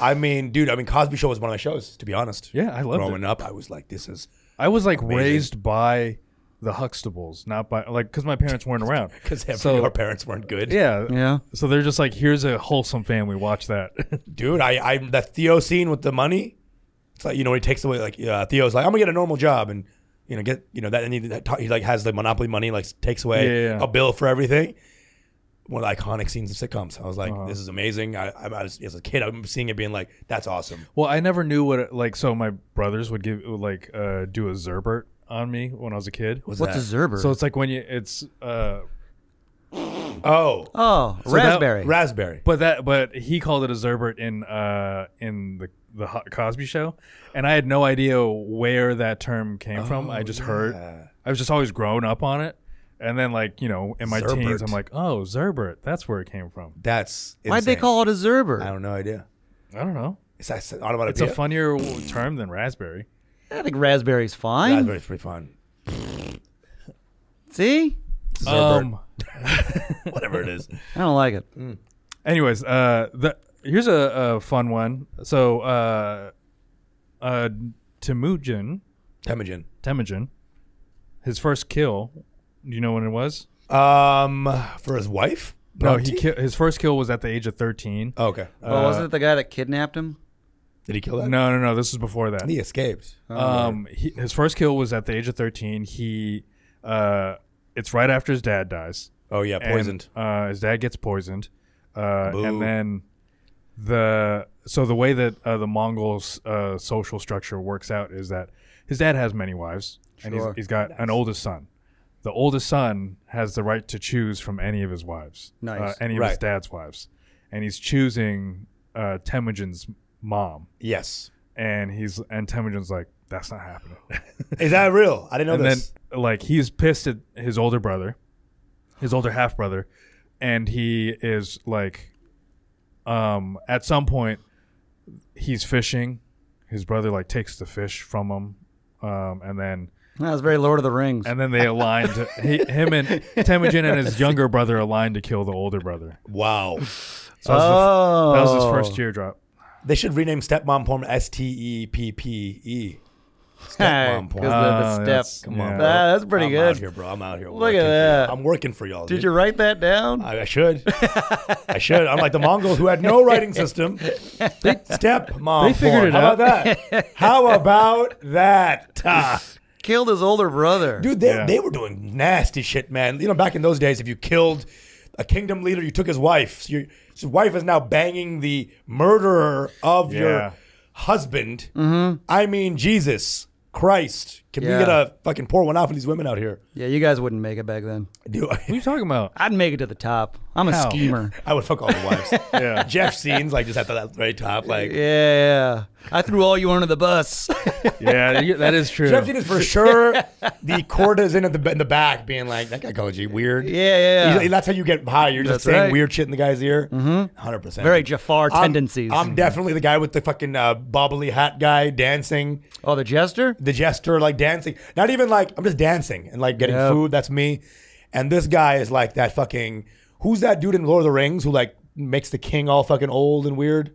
I mean, dude. I mean, Cosby Show was one of my shows. To be honest. Yeah, I loved Growing it. up, I was like, this is. I was like raised by the Huxtables, not by like because my parents weren't around. Because So- our parents weren't good. Yeah. Yeah. So they're just like, here's a wholesome family. Watch that. dude, I, I that Theo scene with the money. It's like you know he takes away like uh, Theo's like I'm gonna get a normal job and you know get you know that and he, that, he like has the monopoly money like takes away Yeah, yeah, yeah. a bill for everything. One of the iconic scenes of sitcoms. I was like, Uh-huh. this is amazing. I, I, I was, as a kid, I'm seeing it being like, that's awesome. well, I never knew what it, like. So my brothers would give would, like uh, do a zerbert on me when I was a kid. What's, What's that? a Zerber? So it's like when you it's uh, oh, oh, that- raspberry. raspberry. but that but he called it a zerbert in uh in the the Ho- Cosby Show, and I had no idea where that term came from. Oh, I just heard. I was just always grown up on it. And then, like you know, in my teens, Zerbert. I'm like, "Oh, Zerbert, that's where it came from." That's insane. Why'd they call it a Zerber? I don't know idea. I don't know. It's, that's not about It's a funnier w- term than raspberry. I think raspberry's fine. Raspberry's pretty fun. See? Zerbert, Um. whatever it is. I don't like it. Mm. Anyways, uh, the, here's a, a fun one. So, uh, uh, Temujin, Temujin. Temujin, his first kill. Do you know when it was? Um, for his wife. No, he Uh, Bronte? ki- his first kill was at the age of 13. Oh, okay. well, wasn't it the guy that kidnapped him? Did he kill that? No, no, no. This is before that. He escaped. Um, he, his first kill was at the age of 13. He, uh, it's right after his dad dies. oh yeah, and, poisoned. uh, his dad gets poisoned, uh, Boo. and then the so the way that uh, the Mongols' uh, social structure works out is that his dad has many wives, and Sure. he's, he's got an oldest son. The oldest son has the right to choose from any of his wives, Nice. uh, any of his Right. dad's wives, and he's choosing uh, Temujin's mom, yes. and he's and Temujin's like, "That's not happening." Is that real? I didn't know and then this. like he's pissed at his older brother, his older half brother, and he is like, um, at some point, he's fishing. His brother like takes the fish from him, um, and then That was very Lord of the Rings. and then they aligned. to- he, him and Temujin and his younger brother aligned to kill the older brother. Wow. So that was, the f- that was his Oh. first teardrop. They should rename stepmom porn S T E P P E. Hey, Stepmom 'cause porn. the, Ah, the that's- step. come on, That- bro. that's pretty I'm good. Out here, bro. I'm out here. at working for that. y'all. I'm working for y'all. Did dude. you write that down? I, I should. I should. I'm like the Mongols who had no writing system. Step mom. they figured it porn. How out. about that? How about that? Ah. Killed his older brother. Dude, they, Yeah. they were doing nasty shit, man. You know, back in those days, if you killed a kingdom leader, you took his wife. So your, his wife is now banging the murderer of Yeah. your husband. I mean, Jesus Christ. Can Mm-hmm. Yeah. we get a fucking pour one out for these women out here? Yeah, you guys wouldn't make it back then. Dude, What are I, you talking about? I'd make it to the top. I'm a How? schemer. I would fuck all the wives. Yeah. Jeff scenes, like, just at the very top. Like, Yeah, yeah. I threw all you under the bus. Yeah, you- that is true. Jeff Steen is for sure the courtesan at the, in the back being like, that guy called you weird. yeah, He's- yeah. That's how you get high. You're just That's saying right. weird shit in the guy's ear. Mm-hmm. 100%. Very Jafar I'm- tendencies. I'm definitely the guy with the fucking uh, bobbly hat guy dancing, oh, the jester? the jester like dancing. Not even like I'm just dancing and like getting Yeah. food. That's me. And this guy is like that fucking who's that dude in Lord of the Rings who like makes the king all fucking old and weird?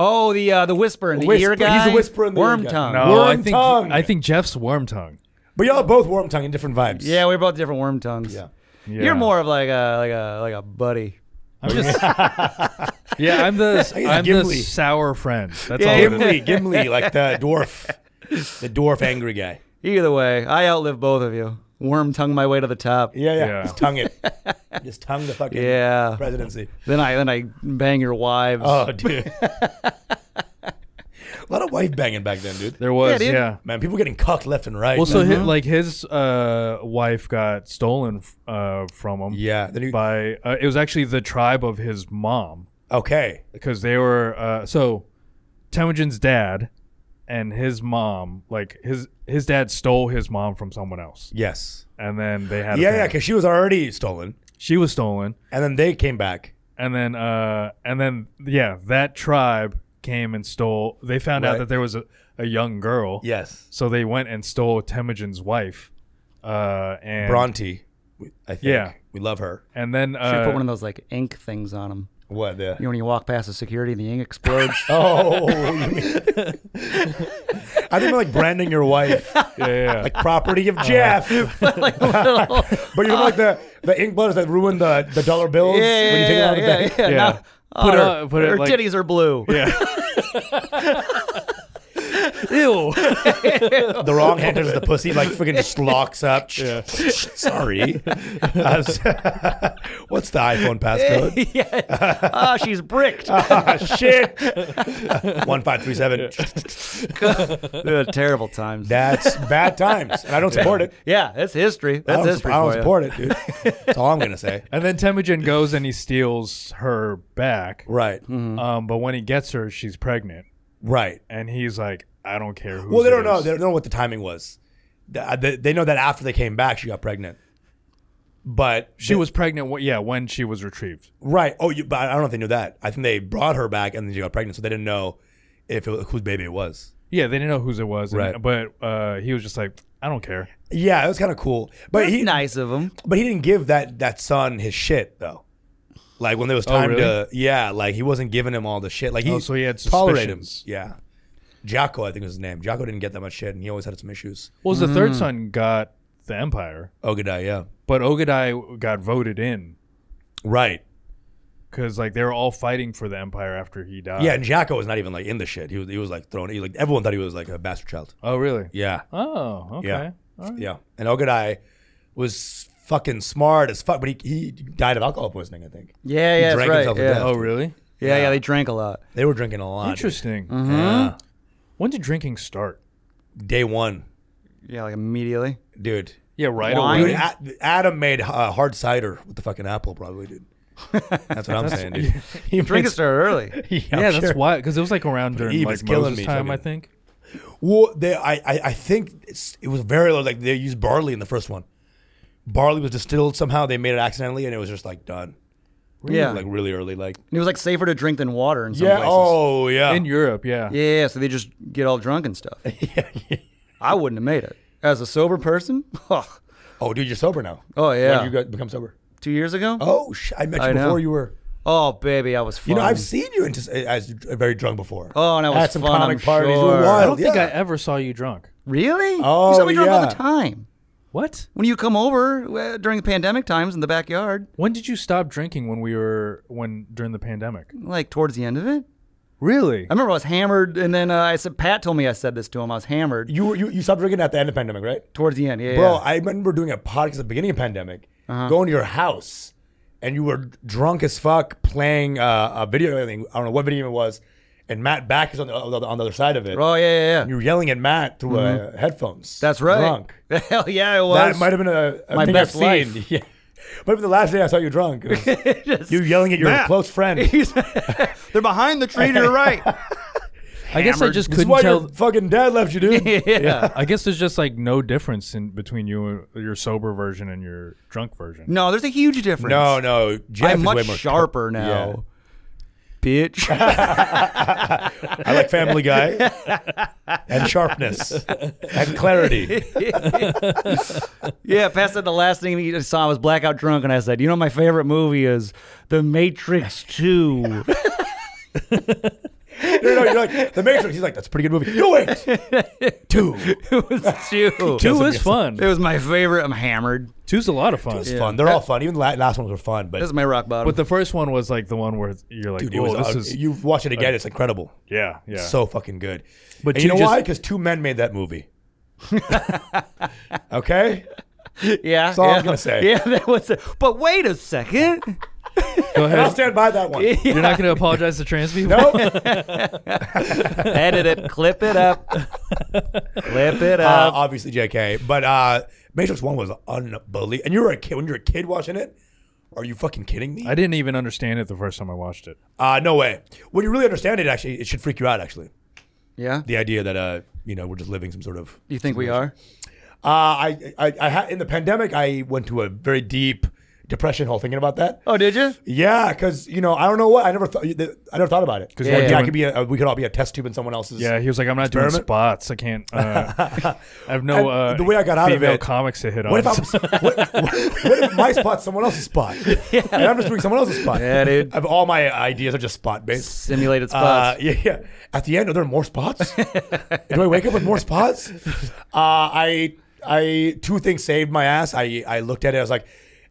Oh, the uh, the whisper in the ear Whisper- guy. he's a whisper in the ear worm guy. tongue. no, I Worm think tongue. I think Jeff's worm tongue. But y'all are both warm tongue and different vibes. Yeah, we're both different worm tongues. Yeah. Yeah. You're more of like a like a like a buddy. I'm just yeah. I'm the he's I'm Gimli. the sour friend. That's Yeah, all. it is. Gimli, Gimli, like the dwarf, the dwarf angry guy. Either way, I outlive both of you. Worm tongue my way to the top. Yeah, yeah. Yeah. Just tongue it. Just tongue the fucking Yeah. presidency. Then I then I bang your wives. Oh, dude. A lot of wife banging back then, dude. There was Yeah, dude. yeah. Man, people getting cucked left and right. Well, so hi- like his uh, wife got stolen f- uh, from him. yeah. Then you, By uh, it was actually the tribe of his mom okay. because they were uh, so Temujin's dad and his mom like his his dad stole his mom from someone else Yes. and then they had a Yeah, yeah, family. because she was already stolen, she was stolen and then they came back. and then uh and then yeah that tribe came and stole they found out Right. that there was a, a young girl Yes. so they went and stole Temujin's wife uh and Bronte, we- I think. Yeah. We love her. and then uh, Should put one of those like ink things on them. What You the? know, when you walk past the security, the ink explodes. Oh. you mean- I think like branding your wife, yeah, yeah, yeah. like property of Jeff. but you know, like the the ink blotters that ruin the, the dollar bills yeah, when you yeah, take it yeah, out of the yeah, bank. yeah. Yeah. Now- Put oh, her- her, put it her like- titties are blue. yeah. Ew. the wrong hand touches the pussy, like freaking just locks up. Sorry. I was- What's the iPhone passcode? yes. Ah, she's bricked. Ah, shit. One five three seven. Ugh, terrible times. That's bad times, and I don't support it. yeah, that's history. I That's don't, history. I don't for ya. support it, dude. That's all I'm gonna say. And then Temujin goes and he steals her back. Right, Um, but when he gets her, she's pregnant, right. and he's like, "I don't care who." Well, they don't know. They don't know what the timing was. Th- They they know that after they came back, she got pregnant. But she was pregnant. wh- Yeah, when she was retrieved. Right. Oh, you, but I don't know if they knew that. I think they brought her back and then she got pregnant, so they didn't know if it, whose baby it was. Yeah, they didn't know whose it was. and- Right. but uh, he was just like, "I don't care." Yeah, it was kind of cool, but That's he nice of him. but he didn't give that that son his shit though. Like when there was time to yeah, like he wasn't giving him all the shit. Like he Oh, so he had tolerated him. suspicions. Yeah, Jocko, I think was his name. Jocko didn't get that much shit, and he always had some issues. Well, the Mm. third son got the empire, Ogadai, yeah, but Ogadai got voted in right. because like they were all fighting for the empire after he died. Yeah, and Jocko was not even like in the shit. He was he was like thrown. He, like everyone thought he was like a bastard child. Oh, really? Yeah, Oh, okay. Yeah. All right. Yeah, and Ogadai was fucking smart as fuck, but he, he died of alcohol poisoning. I think Yeah, yeah, that's drank right. himself to Yeah. death. Oh, really? yeah, yeah, they drank a lot. they were drinking a lot. dude. Interesting. Mm-hmm. Yeah. When did drinking start? Day one, Yeah, like immediately. dude. Yeah, right Wine. Dude, away. A- Adam made uh, hard cider with the fucking apple, probably, dude. That's what I'm saying, dude. He Drink it makes- started early. Yeah, I'm yeah, that's sure. why. Because it was like around during Eve is like killing Moses' me, time, I fucking- think. Well, they, I, I, I think it's, it was very low. Like they used barley in the first one. Barley was distilled somehow. They made it accidentally, and it was just like done. Yeah. like really early, like And it was like safer to drink than water in some yeah. places. Oh yeah. In Europe, yeah. Yeah, yeah, so they just get all drunk and stuff. I wouldn't have made it. as a sober person, oh, Oh, dude, you're sober now. Oh, yeah. When did you got- become sober? two years ago. Oh, Oh, sh- I met you I know. before you were. baby, I was fun. You know, I've seen you into, as very drunk before. Oh, and I was At some fun, comic I'm parties. You sure. were wild. I I don't think yeah. I ever saw you drunk. really. Oh, you saw me drunk all yeah. the time. What? When you come over uh, during the pandemic times in the backyard, When did you stop drinking when we were when during the pandemic? like towards the end of it, Really? I remember I was hammered, and then uh, I said Pat told me I said this to him. I was hammered You, were, you you stopped drinking at the end of the pandemic, right? towards the end. Yeah, Bro, yeah. Uh-huh. I remember doing a podcast at the beginning of the pandemic, going to your house, and you were drunk as fuck playing uh, a video. I, think, I don't know what video it was, and Matt Back is on the, on the, on the other side of it. oh yeah, yeah, And yeah. you were yelling at Matt through uh, headphones. Mm-hmm. That's right. Drunk. Hell yeah, it was. That might have been a, a My thing best I've seen. life. Yeah. Might have been the last day I saw you drunk. It was- Just- you yelling at your Matt. close friend. He's- They're behind the tree to your right. I guess I hammered. just This is couldn't why tell. your fucking dad left you, dude. yeah. I guess there's just like no difference in between you and your sober version and your drunk version. No, there's a huge difference. No, no. Jeff I'm is way much more sharper now. Bitch. I like Family Guy and sharpness and clarity. yeah, Pat said the last thing he saw I was blackout drunk, and I said, You know, my favorite movie is The Matrix 2. No, no, you're like The Matrix. He's like, that's a pretty good movie. No, wait, two. it was 2. Two Doesn't is get- fun. It was my favorite. I'm hammered. Two's a lot of fun. It's fun. They're all fun. Even the la- last ones were fun, but This is my rock bottom. But the first one was like the one where you're like, dude, it "Whoa, was, this uh, is you watch it again. It's incredible. yeah, yeah." So fucking good. But But you you know just- why? Because two men made that movie. okay, yeah. all I'm yeah. gonna say. Yeah, that was it. But wait a second. go and I'll ahead. stand by that one. You're not going to apologize to trans people. No, Edit it. Clip it up. clip it uh, up. obviously J.K. But uh, Matrix One was unbelievable. And you were a kid when you were a kid watching it. Are you fucking kidding me? I didn't even understand it the first time I watched it. Uh, no way. When you really understand it, actually, it should freak you out. Actually, yeah. the idea that uh, you know, we're just living some sort of Do you think we are? Uh, I, I, I ha- in the pandemic, I went to a very deep depression hole thinking about that. Oh, did you? Yeah, because you know, I don't know what I never thought. I never thought about it. Because Yeah. yeah, doing- I could be a, we could all be a test tube in someone else's. Yeah, he was like, "I'm not doing Experiment? spots. I can't. Uh, I have no." And Uh, the way I got out of female it- comics to hit on. What if I was, what, what, what if my spot's someone else's spot, and I'm just doing someone else's spot? Yeah, dude. I've, all my ideas are just spot based. Simulated Uh, spots. yeah, yeah. At the end, are there more spots? Do I wake up with more spots? Uh, I, I, two things saved my ass. I, I looked at it. I was like,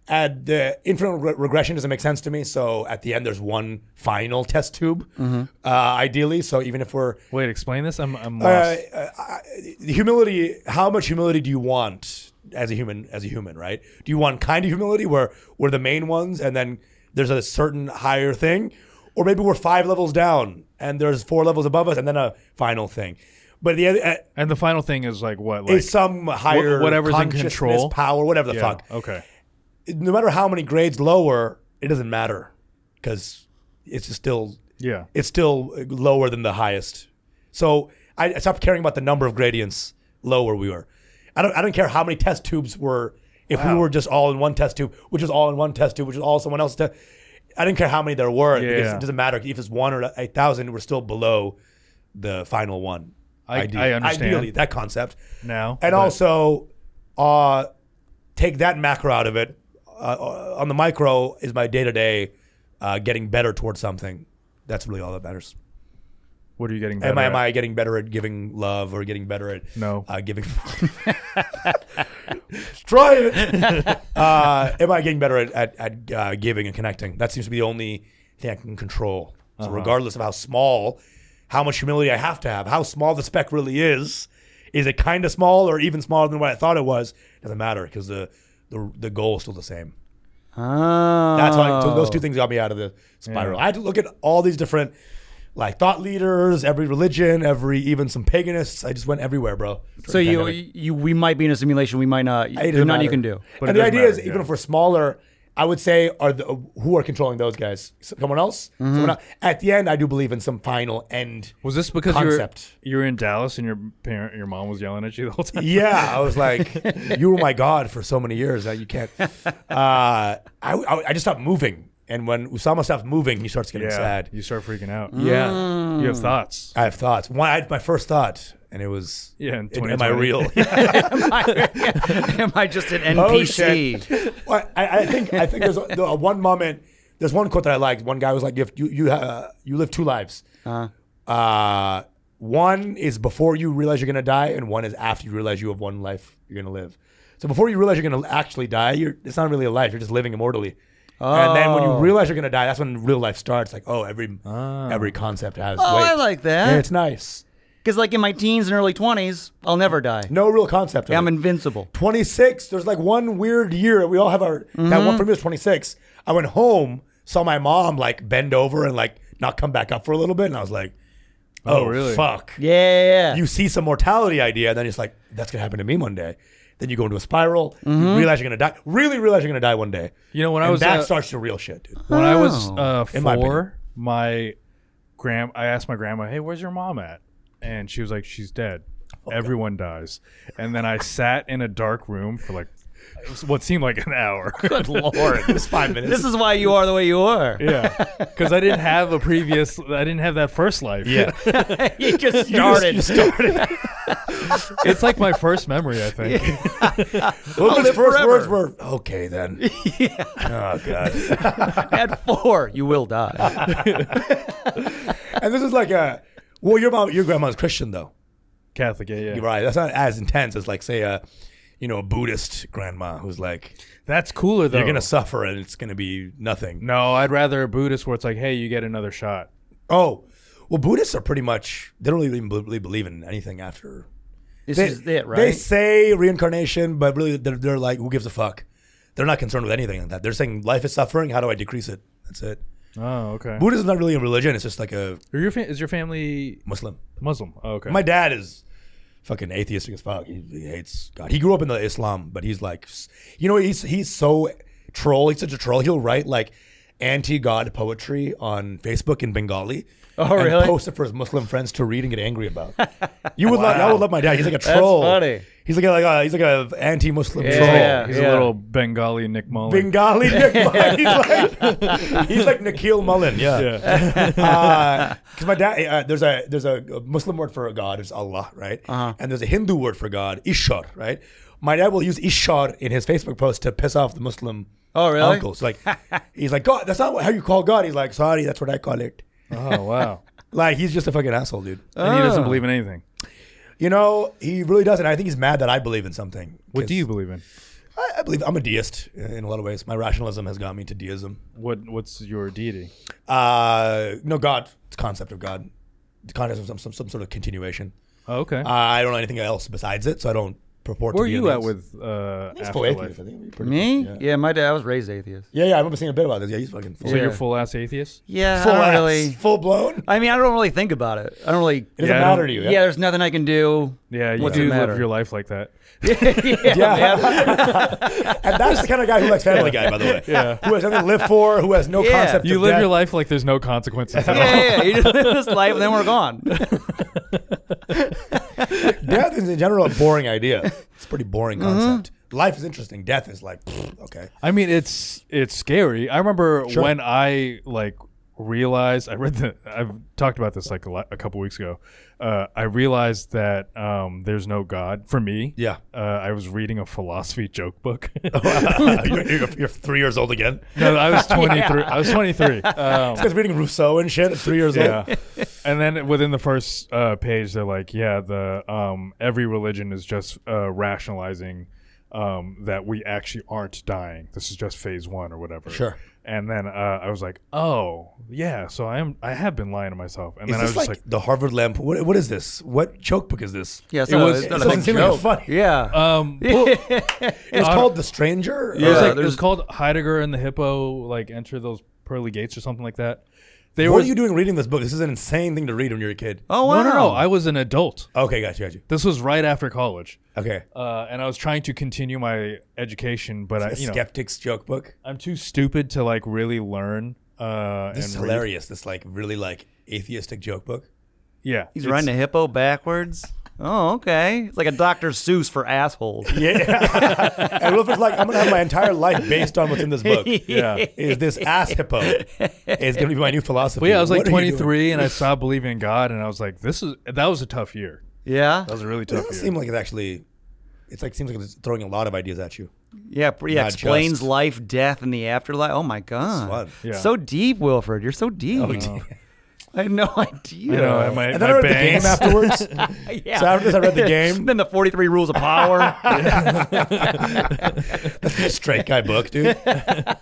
at the infinite re- regression doesn't make sense to me. So at the end, there's one final test tube, uh, ideally. So even if we're Wait, explain this. I'm I'm uh, lost. uh, I- humility, how much humility do you want as a human? As a human, right? Do you want kind of humility where we're the main ones, and then there's a certain higher thing, or maybe we're five levels down and there's four levels above us, and then a final thing. But the other uh, and the final thing is like what? Like is some higher whatever's in consciousness, control? power, whatever the yeah, fuck. Okay. No matter how many grades lower, it doesn't matter because it's just still Yeah. it's still lower than the highest. So I, I stopped caring about the number of gradients lower we were. I don't I don't care how many test tubes were. If we were just all in one test tube, which is all in one test tube, which is all someone else's test, I didn't care how many there were because Yeah. it doesn't matter if it's one or eight thousand. We're still below the final one. I- Ideally- I understand. ideally that concept Now, and but- also uh, take that macro out of it. Uh, on the micro is my day to day getting better towards something. That's really all that matters. What are you getting? Am better I, am at? I getting better at giving love or getting better at No. uh, giving? Try it. Uh, am I getting better at, at, at uh, giving and connecting? That seems to be the only thing I can control. So Uh-huh. regardless of how small, how much humility I have to have, how small the spec really is, is it kind of small or even smaller than what I thought it was? Doesn't matter because the, the the goal is still the same. Oh. That's how I, so those two things got me out of the spiral. I had to look at all these different like thought leaders, every religion, every even some paganists. I just went everywhere, bro. So you, Pandemic. you, we might be in a simulation. We might not. It There's doesn't nothing you matter. can do. But it and the doesn't idea is matter, even yeah. if we're smaller, I would say are the who are controlling those guys? Someone else? Mm-hmm. Someone else? At the end, I do believe in some final end. Was this because Concept. you're you're in Dallas and your parent, your mom was yelling at you the whole time? yeah, I was like, you were my god for so many years that you can't. Uh, I, I I just stopped moving, and when Usama stops moving, he starts getting Yeah. sad. You start freaking out. Yeah. You have thoughts. I have thoughts. One, I had my first thought and it was Yeah, in Am- Am I 2020. real? am, I, am I just an Oh, NPC? Well, I, I think I think there's a, the- one moment. There's one quote that I liked. One guy was like, "You have, you you, uh, you live two lives. Uh-huh. uh one is before you realize you're gonna die, and one is after you realize you have one life you're gonna live. So before you realize you're gonna actually die, you're it's not really a life. You're just living immortally. And then when you Oh. realize you're gonna die, that's when real life starts. Like, oh, every Ah. every concept has. Oh, weight. I like that. Yeah, it's nice. Because like in my teens and early twenties, I'll never die. No real concept. of I'm it. invincible. 26. There's like one weird year. We all have our that Mm-hmm. one for me was 26. I went home, saw my mom like bend over and like not come back up for a little bit, and I was like, "Oh, Oh, really? fuck!" Yeah. You see some mortality idea, and then it's like, "That's gonna happen to me one day." Then you go into a spiral. You realize you're gonna die. Really realize you're gonna die one day. Mm-hmm. You know, when I And was uh, that at- starts to real shit, dude. When I was uh, Oh, In my four, my grand I asked my grandma, "Hey, where's your mom at?" And she was like, "She's dead. Everyone dies." And then I sat in a dark room for like what seemed like an hour. Good lord. It was five minutes. this is why you are the way you are. yeah, because I didn't have a previous. I didn't have that first life. yeah. you just You just- started. you started. it's like my first memory. I think. Logan's live first forever. words were, "Okay, then." Oh god. At four, you will die. And this is like a well, your mom, your grandma's Christian though, Catholic. Yeah, yeah. right? That's not as intense as like say a, you know, a Buddhist grandma who's like, That's cooler though. you're Oh. gonna suffer and it's gonna be nothing. No, I'd rather a Buddhist where it's like, hey, you get another shot. Oh, well, Buddhists are pretty much they don't really even really believe in anything after. This They, is it, right? they say reincarnation, but really they're, they're like, who gives a fuck? They're not concerned with anything like that. They're saying life is suffering. How do I decrease it? That's it. Oh, okay. Buddhism is not really a religion. It's just like a Are your fa- is your family Muslim. Muslim? Oh, okay. My dad is fucking atheistic as fuck. He, he hates God. He grew up in the Islam, but he's like, you know, he's he's so troll. He's such a troll. He'll write like anti-God poetry on Facebook in Bengali. Oh, and really? Post it for his Muslim friends to read and get angry about. You would love, I would love my dad. He's like a troll. funny. He's like a, like a he's like a anti-Muslim Yeah. troll. He's a yeah. little Bengali Nick Mullen. Bengali Nick Mullen. He's like, he's like Nikhil Mullen. Yeah. yeah. Because my dad, uh, there's a there's a a Muslim word for a god is Allah, right? Uh-huh. And there's a Hindu word for God, Ishar, right? My dad will use Ishar in his Facebook post to piss off the Muslim Oh, really? uncles. Like he's like God. That's not what- how you call God. He's like, sorry, that's what I call it. oh wow. Like he's just a fucking asshole, dude. And he doesn't believe in anything. You know, he really doesn't. I think he's mad that I believe in something. What 'Cause do you believe in? I, I believe I'm a deist uh, in a lot of ways. My rationalism has got me to deism. What What's your deity? Uh, no, God, it's concept of God, the concept of some some, some sort of continuation. Oh, okay. Uh, I don't know anything else besides it, so I don't purport Where to are be you at announced. with uh, He's full afterlife? atheist, I So think. Pretty- Me? Yeah. my dad. I was raised atheist. Yeah, yeah, I remember seeing a bit about this. Yeah, he's fucking full. Yeah. you're full ass atheist. Yeah, Full I don't ass, really. full blown. I mean, I don't really think about it. I don't really. It Yeah, doesn't I matter don't- to you. Uh, Yeah, there's nothing I can do. Yeah, you What's do the matter? live your life like that. yeah, man. and that's the kind of guy who likes Family Guy, by the way. Yeah, who has nothing to live for, who has no Yeah. concept. You of live death. your life like there's no consequences at all. yeah, yeah, yeah. You just live this life, and then we're gone. Death is in general a boring idea. It's a pretty boring Mm-hmm. concept. Life is interesting. Death is like pfft, okay. I mean, it's it's scary. I remember Sure. when I like realized I read the I've talked about this like a, lot, a couple weeks ago. Uh, I realized that um, there's no God for me. Yeah. uh, I was reading a philosophy joke book. you're, you're, you're three years old again. no, I was 23. I was 23. Um, This guy's reading Rousseau and shit at three years old. yeah, and then within the first uh, page, they're like, "Yeah, the um, every religion is just uh, rationalizing." Um, that we actually aren't dying. This is just phase one or whatever. Sure. And then uh, I was like, "Oh, yeah." So I am. I have been lying to myself. And Is then I was this like, just like, the Harvard lamp? What, what is this? What joke book is this? Yeah, it's It not, was- a, it it's not a doesn't big seem joke. like Uh, funny. Yeah. "Um, well, it It Uh, was called The Stranger. or- was Yeah, like- it was there's- called Heidegger and the Hippo. Like enter those pearly gates or something like that." They What were. are you doing reading this book? This is an insane thing to read when you're a kid. oh wow. no, no, no. I was an adult. Okay, got you, got you. This was right after college. Okay. uh, and I was trying to continue my education, but I, A you know, skeptic's joke book. I'm too stupid to like really learn. Uh, This is and read. hilarious. This like really like atheistic joke book. Yeah, He's it's- riding a hippo backwards. Oh, okay. It's like a Dr. Seuss for assholes. Yeah. and Wilfred's like, I'm gonna have my entire life based on what's in this book. Yeah. Is this ass hippo? Is gonna be my new philosophy. But yeah, I was like What are you doing? 23, and I stopped believing in God, and I was like, "This is that was a tough year." Yeah. That was a really It tough doesn't year. seem like it's actually. It's like seems like it's throwing a lot of ideas at you. Yeah, pr- yeah. Not Explains just. life, death, and the afterlife. Oh my god, fun. Oh, Yeah. so deep, Wilfred. You're so deep. I had no idea. you know, and my, And then uh, my I read bangs. the game afterwards. yeah. So after this, I read the game. then the 43 rules of power. straight guy book, dude.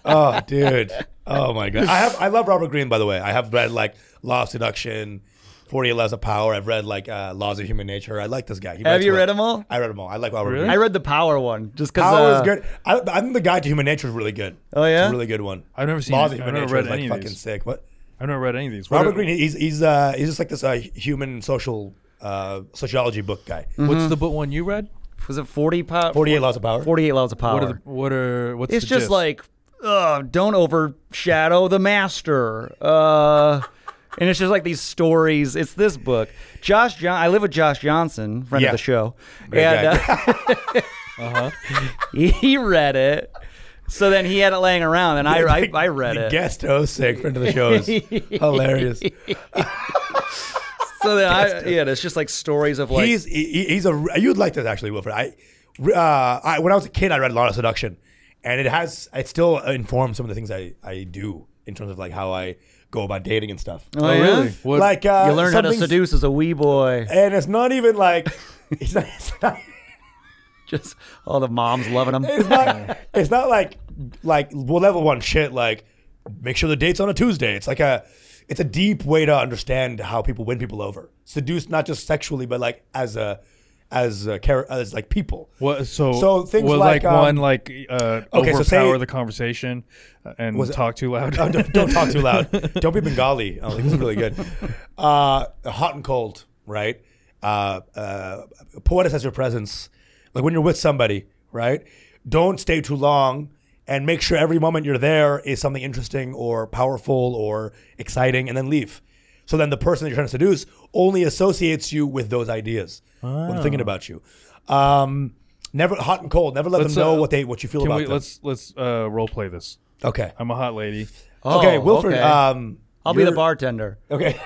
oh, dude. Oh my god. I have I love Robert Greene, by the way. I have read like Law of Seduction, Forty Eight Laws of Power. I've read like uh, Laws of Human Nature. I like this guy. He Have writes you well. read 'em all? I read them all. I like Robert Really? Greene. I read the power one just because. Power uh, is good. I, I think the guide to Human Nature is really good. Oh, it's yeah? a really good one. I've never seen Laws it. of I've Human never Nature read is like any of fucking these. sick. What? I've never read any of these. What Robert are- Greene. He's he's uh, he's just like this uh, human social uh, sociology book guy. What's the book one you read? Was it 40 power? Forty Eight Laws of Power. 48 laws of power. What are the, what are what's it's the just gist? like, uh, don't overshadow the master. Uh, and it's just like these stories. It's this book. Josh John. I live with Josh Johnson, friend Yeah. of the show, Great and guy. uh, he read it. So then he had it laying around, and I, I, I read The it. Guest host, sick friend of the show is hilarious. So then I, yeah, it's just like stories of like he's he, he's a you'd like this actually, Wilfred. I, uh, I when I was a kid, I read a lot of seduction, and it has it still informs some of the things I I do in terms of like how I go about dating and stuff. Oh, yeah? really? What, like uh, you learn how to something's- seduce as a wee boy. and it's not even like it's not. It's not Just all the moms loving him. it's not, it's not like like well, level one shit like make sure the date's on a Tuesday. It's like a it's a deep way to understand how people win people over. Seduce not just sexually, but like as a as a, char- as like people. What, so, So things well, like, um, one like uh, okay, so overpower say- the conversation uh, and it- talk too loud. Oh, don't, don't talk too loud. Don't be Bengali. Oh, this is really good. Uh, hot and cold, right? Uh, uh, poetess your presence. Like when you're with somebody, right? Don't stay too long and make sure every moment you're there is something interesting or powerful or exciting and then leave. So then the person that you're trying to seduce only associates you with those ideas when thinking Ah. about you. Um, never hot and cold. Never let Let's, them know uh, what they what you feel Can about we, them. let's let's uh, role play this. okay. I'm a hot lady. Oh, okay, Wilfred. okay. Um, I'll be the you're- bartender. Okay.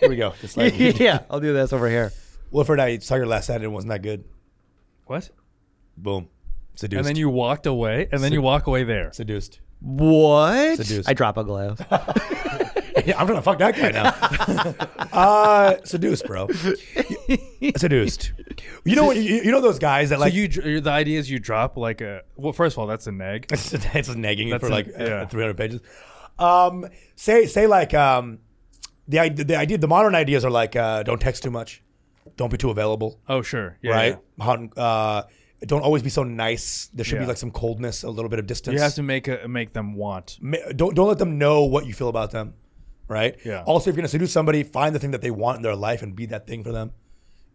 Here we go. Just like yeah, I'll do this over here. Wilfred, I saw your last ad and it wasn't that good. What? Boom. Seduced. And then you walked away, and then you walk away there. seduced. What? Seduced. I drop a glass. Yeah, I'm trying to fuck that guy now. uh, seduced, bro. seduced. You know what? You, you know those guys that So like you, dr- the idea is you drop like a. Well, first of all, that's a neg. it's, it's nagging it That's for an- like uh, yeah. 300 pages. Um, say say like um, the idea, the idea, the modern ideas are like uh, don't text too much, don't be too available. Oh, sure. Yeah, right? Hot- uh, don't always be so nice. There should be Yeah. like some coldness, a little bit of distance. yeah. You have to make a, make them want. Ma- don't don't let them know what you feel about them, right? Yeah. Also, if you're gonna seduce somebody, find the thing that they want in their life and be that thing for them.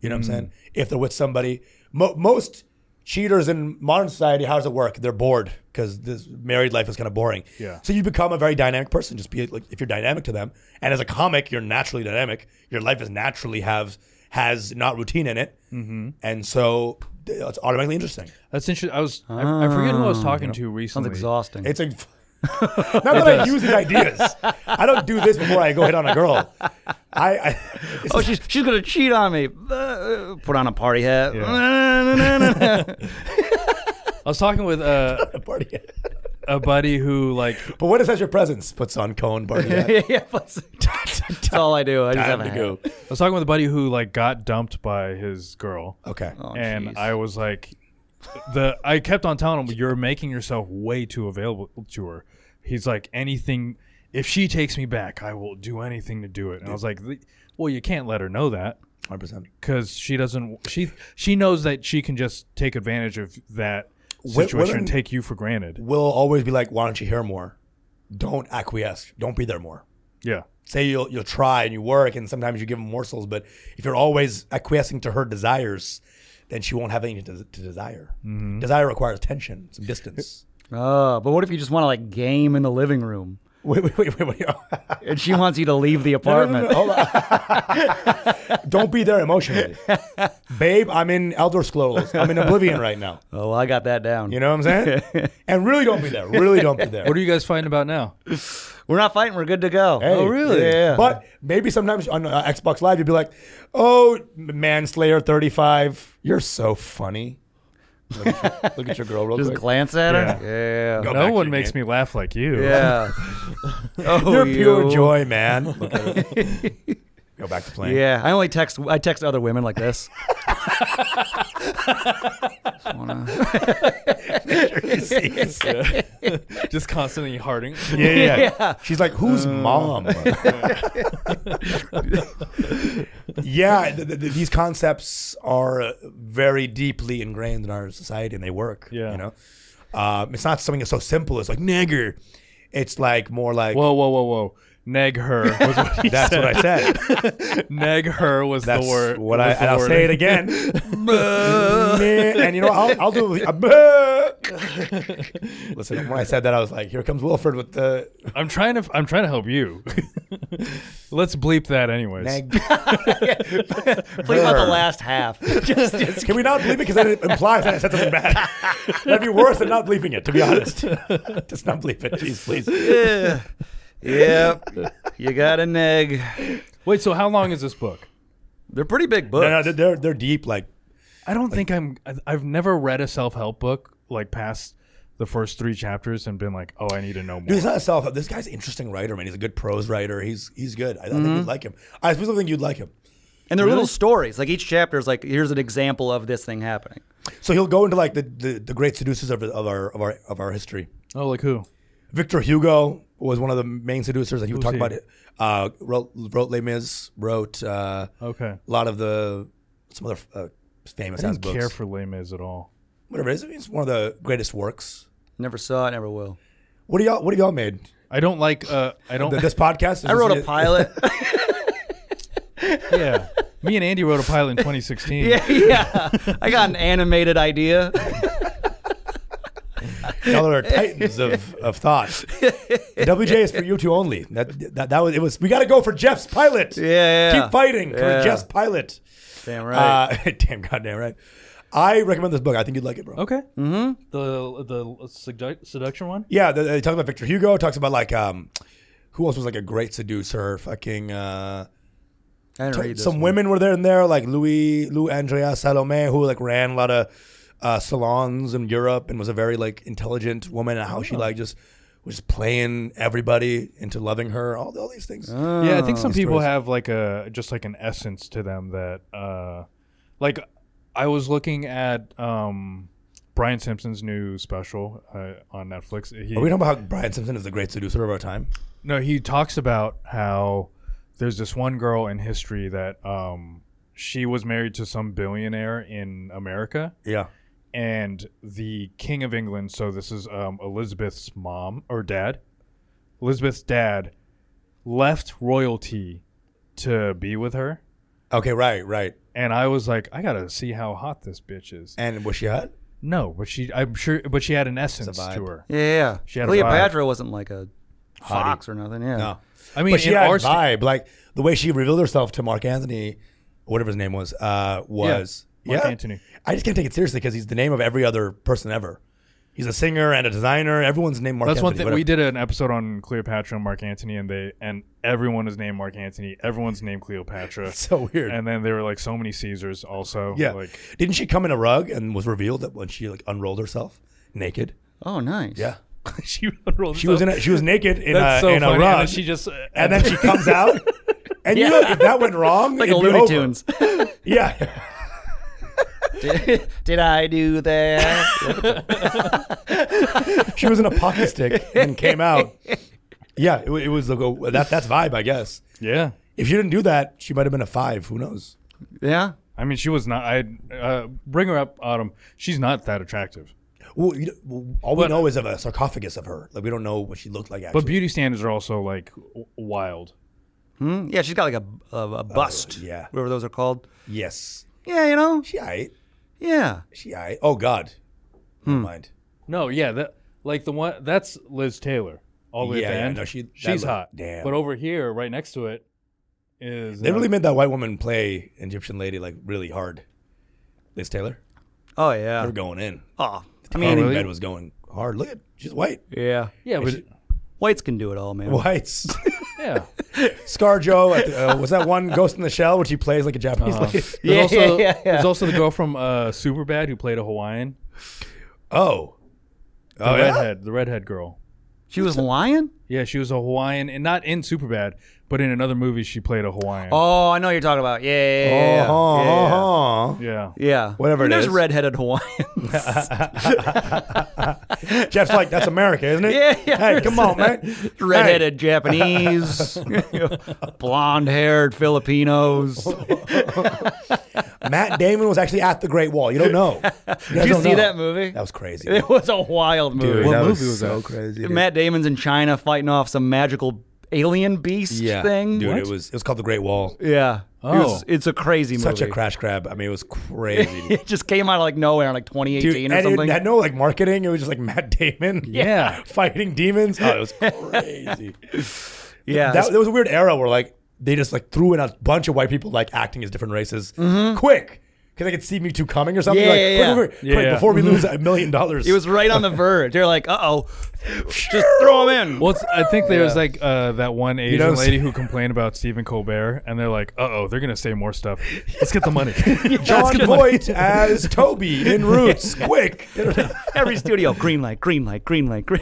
You Mm. know what I'm saying? If they're with somebody, mo- most cheaters in modern society, how does it work? They're bored because this married life is kind of boring. Yeah. So you become a very dynamic person. Just be like if you're dynamic to them, and as a comic, you're naturally dynamic. Your life is naturally have has not routine in it, mm-hmm. and so th- it's automatically interesting. That's interesting. I was I, I Ah, forget who I was talking to Sounds recently. exhausting. It's a. Not that I use these ideas. I don't do this before I go hit on a girl. I. I oh, she's she's gonna cheat on me. Uh, put on a party hat. I was talking with uh, party. a buddy who like But what is that your presence? Puts on cone party. hat. yeah, that's, that's all I do. I just Time have to a hat. go. I was talking with a buddy who like got dumped by his girl. Okay. and jeez. I was like, the I kept on telling him, "You're making yourself way too available to her." He's like, "Anything, if she takes me back, I will do anything to do it." And I was like, "The- "Well, you can't let her know that 100%. because she doesn't. She she knows that she can just take advantage of that Wo- situation women- and take you for granted." Will always be like, why don't you hear more? Don't acquiesce. Don't be there more. Yeah, Say you'll you'll try and you work, and sometimes you give them morsels. But if you're always acquiescing to her desires, then she won't have anything to, to desire. Desire requires tension, some distance. Oh, but what if you just want to like game in the living room? Wait, wait, wait, wait, wait. and she wants you to leave the apartment. Hold on. Don't be there emotionally. Babe, I'm in Elder Scrolls. I'm in Oblivion right now. Oh, well, I got that down. You know what I'm saying? And really don't be there. Really don't be there. What are you guys fighting about now? we're not fighting. We're good to go. Hey, Oh, really? Yeah, yeah. But maybe sometimes on uh, Xbox Live, you'd be like, oh, Manslayer 35, you're so funny. Look at your, look at your girl real Just quick. glance at her. Yeah. Go back no to one your makes game. me laugh like you. Yeah. oh, You're pure you. joy, man. Look at her. Go back to playing. Yeah, I only text. I text other women like this. Just wanna- Just constantly harding. Yeah, yeah, yeah. Yeah. She's like, who's Uh. mom? yeah, th- th- th- these concepts are uh, very deeply ingrained in our society, and they work. Yeah. you know, um, it's not something that's so simple. It's like nigger. It's like more like Whoa, whoa, whoa, whoa. Neg her. Was what he that's said. what I said. Neg her was That's the word. what I. was the And I'll word. say it again. and you know, I'll, I'll do. A, Listen, when I said that, I was like, "Here comes Wilfred with the I'm trying to. I'm trying to help you. Let's bleep that anyways. neg." Play about the last half. Just, just Can we not bleep it? Because that implies that I said something bad. That'd be worse than not bleeping it, to be honest. Just not bleep it. Jeez, please. yeah. Yep. You got a neg. Wait. So how long is this book? They're pretty big books. No, no, they're- they're, they're deep. Like, I don't think I'm. I- I've never read a self help book like past the first three chapters and been like, oh, I need to know more. dude, he's not a self help. This guy's an interesting writer, man. He's a good prose writer. He's he's good. I, I think Mm-hmm. you'd like him. I suppose I think you'd like him. and they're little stories. Like each chapter is like, here's an example of this thing happening. So he'll go into like the, the, the great seducers of, of our of our of our history. oh, like who? Victor Hugo was one of the main seducers, and he would talk he? about it. Uh, wrote, wrote Les Mis, wrote uh, Okay. a lot of the some other uh, famous I ass don't books. care for Les Mis at all. Whatever it is, it's one of the greatest works. Never saw it, never will. What do y'all What have y'all made? I don't like. Uh, I don't. Th- This podcast. Is I wrote a pilot. yeah. Me and Andy wrote a pilot in 2016. yeah, yeah. I got an animated idea. Y'all are titans of, of thought. WJ is for you two only. That, that that was it. Was we got to go for Jeff's pilot? Yeah, yeah. Keep fighting for Yeah. Jeff's pilot. Damn right. Uh, damn, goddamn right. I recommend this book. I think you'd like it, bro. Okay. Mm-hmm. The the uh, sedu- seduction one. Yeah, they, they talk about Victor Hugo. Talks about like um, who else was like a great seducer? Fucking uh, I didn't t- read this some one. women were there and there, like Louis Lou Andrea Salome, who like ran a lot of uh, salons in Europe and was a very like intelligent woman, and how she like just was playing everybody into loving her. All, all these things. Yeah, I think some people have like a just like an essence to them that uh like I was looking at um Brian Simpson's new special uh, on Netflix. He, Are we talking about how Brian Simpson is the great seducer of our time? no, he talks about how there's this one girl in history that um she was married to some billionaire in America Yeah. and the King of England. So this is um, Elizabeth's mom or dad. Elizabeth's dad left royalty to be with her, Okay. Right. Right. and I was like, I gotta see how hot this bitch is. And was she hot? No, but she, I'm sure, but she had an essence vibe. to her. Yeah, yeah. She had a Cleopatra wasn't like a fox or nothing. Yeah. No. I mean, but she in had our sta- vibe. like the way she revealed herself to Mark Anthony, whatever his name was, uh, was Mark Antony. I just can't take it seriously because he's the name of every other person ever. He's a singer and a designer. Everyone's named Mark. That's one Anthony, thing. We did an episode on Cleopatra and Mark Antony, and they and everyone is named Mark Antony. Everyone's named Cleopatra. So weird. And then there were like so many Caesars also. yeah. Like, Didn't she come in a rug and was revealed that when she like unrolled herself naked? Oh, nice. Yeah. she She was in a, she was naked in a That's so in a funny. rug. And then she just uh, and then she comes out. And you Yeah. know, if that went wrong, Like a it'd be Looney over. Tunes. Yeah. did, did I do that? she was in a pocket stick and came out. Yeah, it, wa- it was like a, that that's vibe, I guess. yeah. If she didn't do that, she might have been a five. Who knows? yeah. I mean, she was not. I uh, bring her up, Autumn. She's not that attractive, Well, you, well, all we know is of a sarcophagus of her. Like we don't know what she looked like. Actually. but beauty standards are also like w- wild. Hmm? Yeah, she's got like a, a, a bust. Uh, yeah. Whatever those are called. yes, Yeah, you know? she aight. Yeah. She aight. Hmm. Oh God, never mind. No, yeah, that like the one that's Liz Taylor. all the way Yeah, at the yeah, end. no, she- that she's looked- hot. damn. But over here, right next to it, is They uh, really made that white woman play Egyptian lady like really hard. Liz Taylor, Oh they yeah. were going in. Oh, I Annie mean, really? Bed was going hard. Look at she's white. yeah. yeah, but Whites can do it all, man. Whites. yeah. Scar Joe at the, uh, was that one Ghost in the Shell where she plays like a Japanese lady? There's Oh, Yeah, also, yeah, yeah, yeah. There's also the girl from uh, Superbad who played a Hawaiian. Oh, The oh yeah. redhead, the redhead girl. She was lying. Yeah, she was a Hawaiian, and not in Superbad, but in another movie she played a Hawaiian. Oh, I know what you're talking about. Yeah, yeah, yeah, yeah. Uh-huh, yeah, yeah. uh-huh. Yeah, Yeah. Whatever I mean, it there's is. redheaded Hawaiians. Jeff's like, that's America, isn't it? Yeah, yeah. Hey, come on, man. redheaded Japanese, blonde haired Filipinos. Did Hey, Matt Damon was actually at the Great Wall. You don't know. You guys you don't see know. that movie? That was crazy. it was a wild movie. Dude, What that movie was so that? crazy. dude. Matt Damon's in China fighting off some magical alien beast thing. Dude, it What? was it was called the Great Wall. Yeah. Oh. It was- it's a crazy movie. Such a crash grab. I mean, it was crazy. It just came out of like nowhere in like 2018 Dude, or and something. it had no like marketing. It was just like Matt Damon, Yeah. fighting demons. Oh, it was crazy. yeah. that, there was a weird era where like they just like threw in a bunch of white people like acting as different races, quick, because I could see Me Too coming or something. Yeah, like, yeah, quick, yeah. quick, quick, Yeah, quick, yeah. before we lose a million dollars. it was right on the verge. They're like, uh oh, just throw him in. Well, it's, I think there was like uh, that one Asian know, lady who complained about Stephen Colbert, and they're like, "Uh oh, they're gonna say more stuff. Let's get the money." John Voight as Toby in Roots. quick, Every studio, green light, green light, green light, green.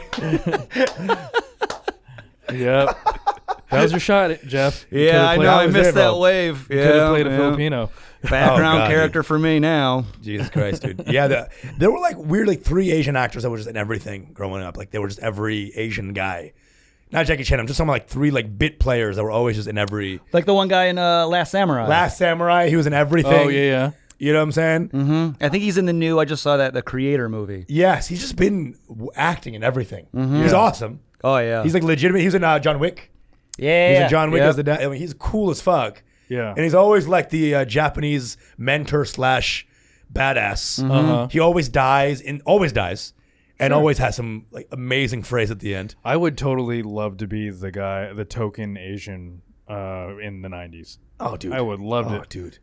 yep, that was your shot, Jeff. You could've Yeah, I played- know. I was missed there, that bro. wave. Yeah, Could have played a yeah. Filipino. Background Oh, God, character for me now. Jesus Christ, dude. Yeah, the, there were like weird like three Asian actors that were just in everything growing up. Like they were just every Asian guy. Not Jackie Chan. I'm just talking about like three like bit players that were always just in every. Like the one guy in uh, Last Samurai. Last Samurai, he was in everything. Oh yeah, yeah. You know what I'm saying? I think he's in the new. I just saw that the Creator movie. Yes, he's just been w- acting in everything. He's awesome. Oh yeah, He's like legitimate. He was in uh, John Wick. yeah, He's in John Wick Yep. as the dad. I mean, he's cool as fuck. Yeah. and he's always like the uh, Japanese mentor slash badass. Uh-huh. He always dies and always dies, and always has some like amazing phrase at the end. I would totally love to be the guy, the token Asian uh, in the '90s. Oh, dude, I would loved oh, it. dude.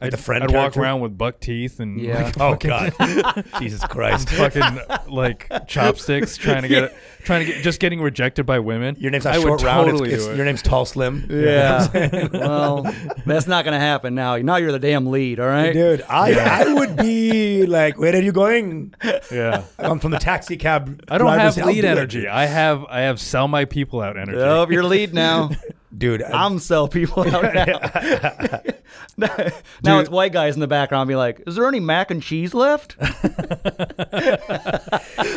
Like the friend. I'd character. walk around with buck teeth and Yeah. like, Oh god, Jesus Christ! fucking like chopsticks, trying to get, trying to get, just getting rejected by women. Your name's not I short would round. Totally it's, do it's, it. your name's tall slim. Yeah. well, that's not gonna happen now. Now you're the damn lead. All right. Dude, I, I would be like, where are you going? yeah. I'm from the taxi cab. I don't driver's- have I'll lead do it. energy. I have I have sell my people out energy. Nope, you're lead now. dude. uh, I- I'm sell people out now. now it's white guys in the background be like, "Is there any mac and cheese left?"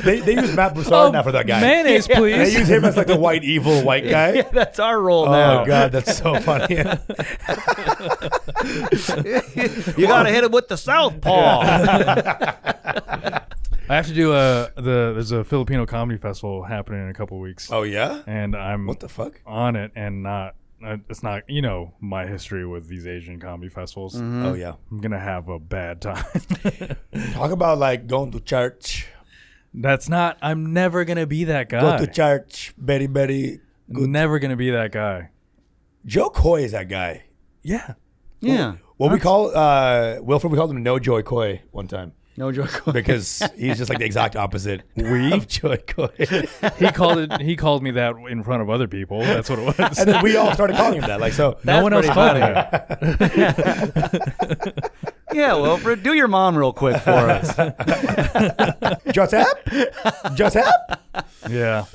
they, they use Matt Broussard now for that guy. Oh, Mayonnaise, They please. use him as like the white evil white guy. yeah, that's our role Oh now. god, that's so funny. You gotta hit it with the southpaw. I have to do a the there's a Filipino comedy festival happening in a couple weeks, oh yeah, and I'm what the fuck? on it and not. uh, It's not you know my history with these Asian comedy festivals. Oh yeah. I'm gonna have a bad time. Talk about like going to church. That's not. I'm never gonna be that Go to guy. church, very very. never gonna be that guy. Joe Coy is that guy. Yeah. yeah. What we call uh, Wilfred, we called him No Joy Coy one time No joke. because he's just like the exact opposite. We of Joy Coy. He called it. He called me that in front of other people. That's what it was. and then we all started calling him that. Like so, no That's one else pretty called me funny. that. Yeah, Wilfred, do your mom real quick for us. Joseph, Joseph. Yeah.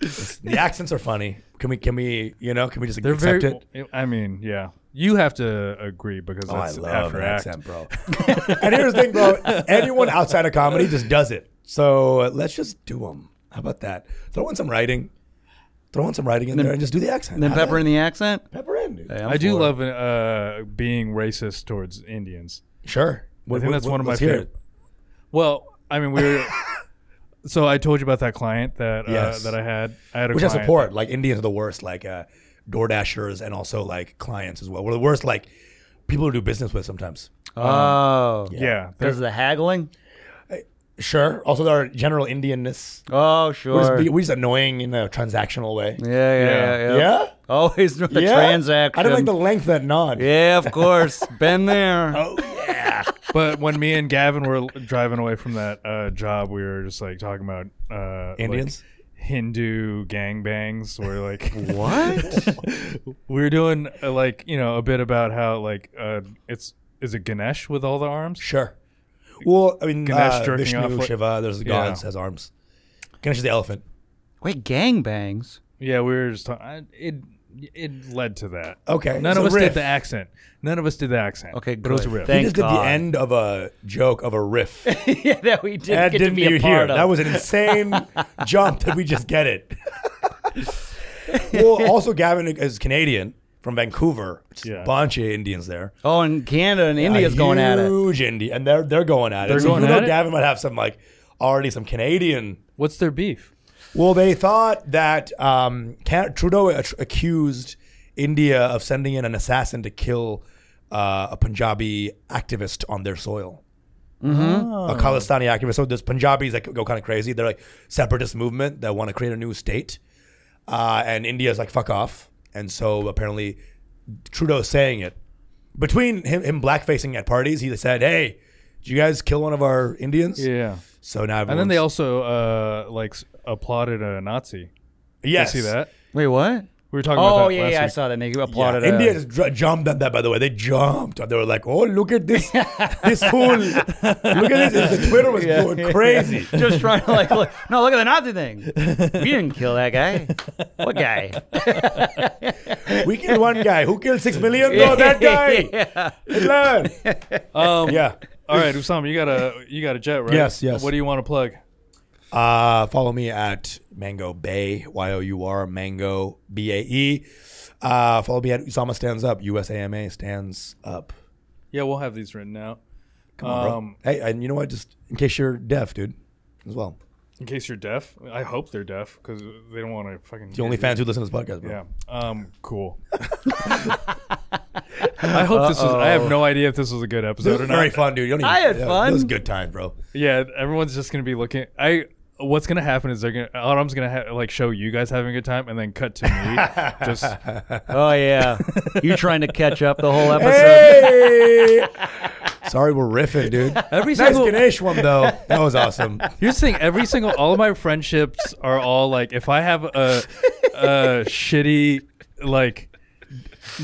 The accents are funny. Can we? Can we? You know? Can we just like, They're accept very. it? I mean, yeah. You have to agree because Oh, I that's love after an act. accent, bro. and here's the thing, bro. Anyone outside of comedy just does it. So uh, let's just do them. How about that? Throw in some writing. Throw in some writing in there and just do the accent. And then How pepper in the accent. about- Pepper in. dude. I do love uh, being racist towards Indians. Sure. I think that's one of my let's hear favorite. Well, I mean, we were. so I told you about that client that uh, Yes. that I had. I had a Which I client. support. Like Indians are the worst. Like uh, DoorDashers and also like clients as well. We're the worst. Like people to do business with sometimes. Oh, Yeah. because of the haggling. Sure. Also, our general Indianness. Oh, We're just, sure. be- we're just annoying in a transactional way. yeah, yeah, Yeah. yeah, Yeah? Always with the Yeah? transaction. I didn't like the length of that nod. yeah, of course. Been there. Oh yeah. But when me and Gavin were driving away from that uh, job, we were just like talking about uh, like, Indians? Hindu gangbangs. We're like, What? we were doing uh, like you know a bit about how like uh, it's is it Ganesh with all the arms? sure. Well, I mean, Ganesh uh, jerking Vishnu, off like- Shiva, there's the Yeah. gods has arms. Ganesh is the elephant. Wait, gangbangs? Yeah, we were just talking. It it led to that. Okay, None so of us riff. did the accent. None of us did the accent. Okay, but it was a good. riff. Thank- he just did the God. end of a joke of a riff. yeah, that we did that get didn't to be you a part hear? of. That was an insane jump. Did we just get it? well, also Gavin is Canadian from Vancouver. Just Yeah. A bunch of Indians there. oh, and Canada and India's going at it. Huge Indian, and they're they're going at They're it. So going you at know it? Gavin might have some like already some Canadian What's their beef? Well, they thought that um, Can- Trudeau ac- accused India of sending in an assassin to kill uh, a Punjabi activist on their soil. Mm-hmm. A Khalistani activist. So there's Punjabis that go kind of crazy. They're like separatist movement that want to create a new state, uh, and India's like fuck off. And so apparently, Trudeau's saying it between him, him blackfacing at parties. He said, "Hey, did you guys kill one of our Indians?" Yeah. So now, And then they everyone's- also uh, like s- applauded a Nazi. yes, You see that? Wait, what? We were talking about that. Oh, yeah, last yeah. I week. saw that. And they Yeah, applauded. India us. just dr- jumped at that. By the way, they jumped. They were like, "Oh, look at this, this fool! Look at this!" The Twitter was going crazy. Just trying to like, look, no, look at the Nazi thing. We didn't kill that guy. What guy? We killed one guy. Who killed six million? No, that guy. Yeah. Hitler. Um, Yeah. All right, Usama, you got a you got a jet, right? Yes, yes. What do you want to plug? Uh, follow me at Mango Bay. Y o u r Mango B a e. Uh, follow me at Usama stands up. U S a m a stands up. Yeah, we'll have these written out. Come Bro. um, hey, and you know what? Just in case you're deaf, dude, as well. in case you're deaf, I hope they're deaf because they don't want to fucking. The only fans who listen to this podcast, bro. Yeah. Um. Cool. I hope this was. I have no idea if this was a good This episode or was not. very fun, dude. You don't even, I had yeah, fun. It was a good time, bro. Yeah, everyone's just gonna be looking. I what's gonna happen is they're gonna Autumn's gonna ha- like show you guys having a good time and then cut to me. just Oh yeah. You trying to catch up the whole episode? Hey! Sorry, we're riffing, dude. every nice single Ganesh one though. That was awesome. here's the thing. Every single all of my friendships are all like if I have a a shitty like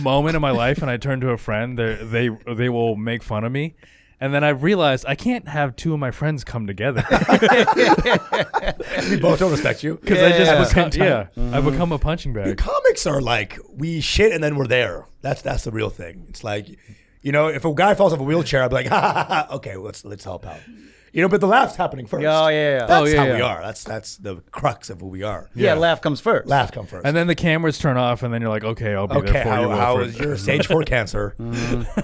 moment in my life and I turn to a friend, they they they will make fun of me. And then I realized I can't have two of my friends come together because We both don't respect you. I just Yeah. become, yeah I become a punching bag. Comics are like we shit and then we're there. That's that's the real thing. It's like, you know, if a guy falls off a wheelchair, I'm like, ha, ha, ha, ha, okay, let's let's help out. You know, but the laugh's happening first. Oh yeah. yeah. That's Oh, yeah, how yeah. we are. That's that's the crux of who we are. yeah. Laugh comes first. Laugh come first. And then the cameras turn off, and then you're like, okay, I'll be okay, there for you. how, how Wilfred. is your stage four cancer?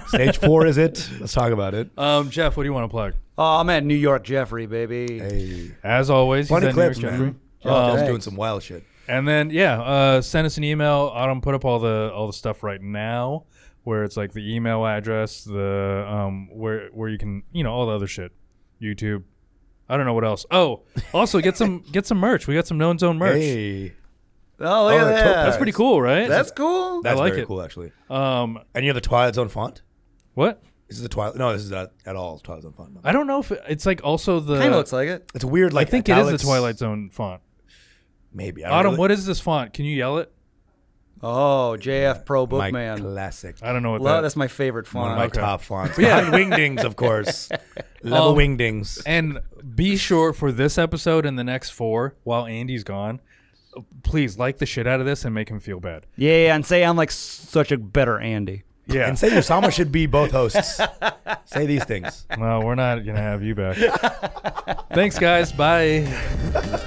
Stage four is it? Let's talk about it. Um, Jeff, what do you want to plug? Oh, I'm at New York Jeffrey, baby. Hey. As always, he's Funny at New York clips, Jeffrey. man. Oh, I was thanks. doing some wild shit. And then yeah, uh, send us an email. Autumn put up all the all the stuff right now, where it's like the email address, the um, where where you can you know all the other shit, YouTube. I don't know what else. Oh, also get some get some merch. We got some known zone merch. Hey. Oh, look Oh, at that's that. That's pretty cool, right? That's cool. That's like very it. cool, actually. um, And you have the Twilight Zone font? what? This is the Twilight. No, this is not at all Twilight Zone font. I don't know if it, it's like also the. uh, Kind of looks like it. It's weird. I Like think it is italics- the Twilight Zone font. Maybe. I don't Autumn, really- what is this font? Can you yell it? Oh, JF Pro my Bookman. classic? I don't know what Love, that. that's my favorite One font. of my Okay. top fonts. Yeah, Wingdings, of course. Level Um, Wingdings. And be sure for this episode and the next four, while Andy's gone, please like the shit out of this and make him feel bad. yeah, yeah, and say I'm like such a better Andy. Yeah. And say Usama should be both hosts. say these things. no, we're not gonna have you back. Thanks, guys. Bye.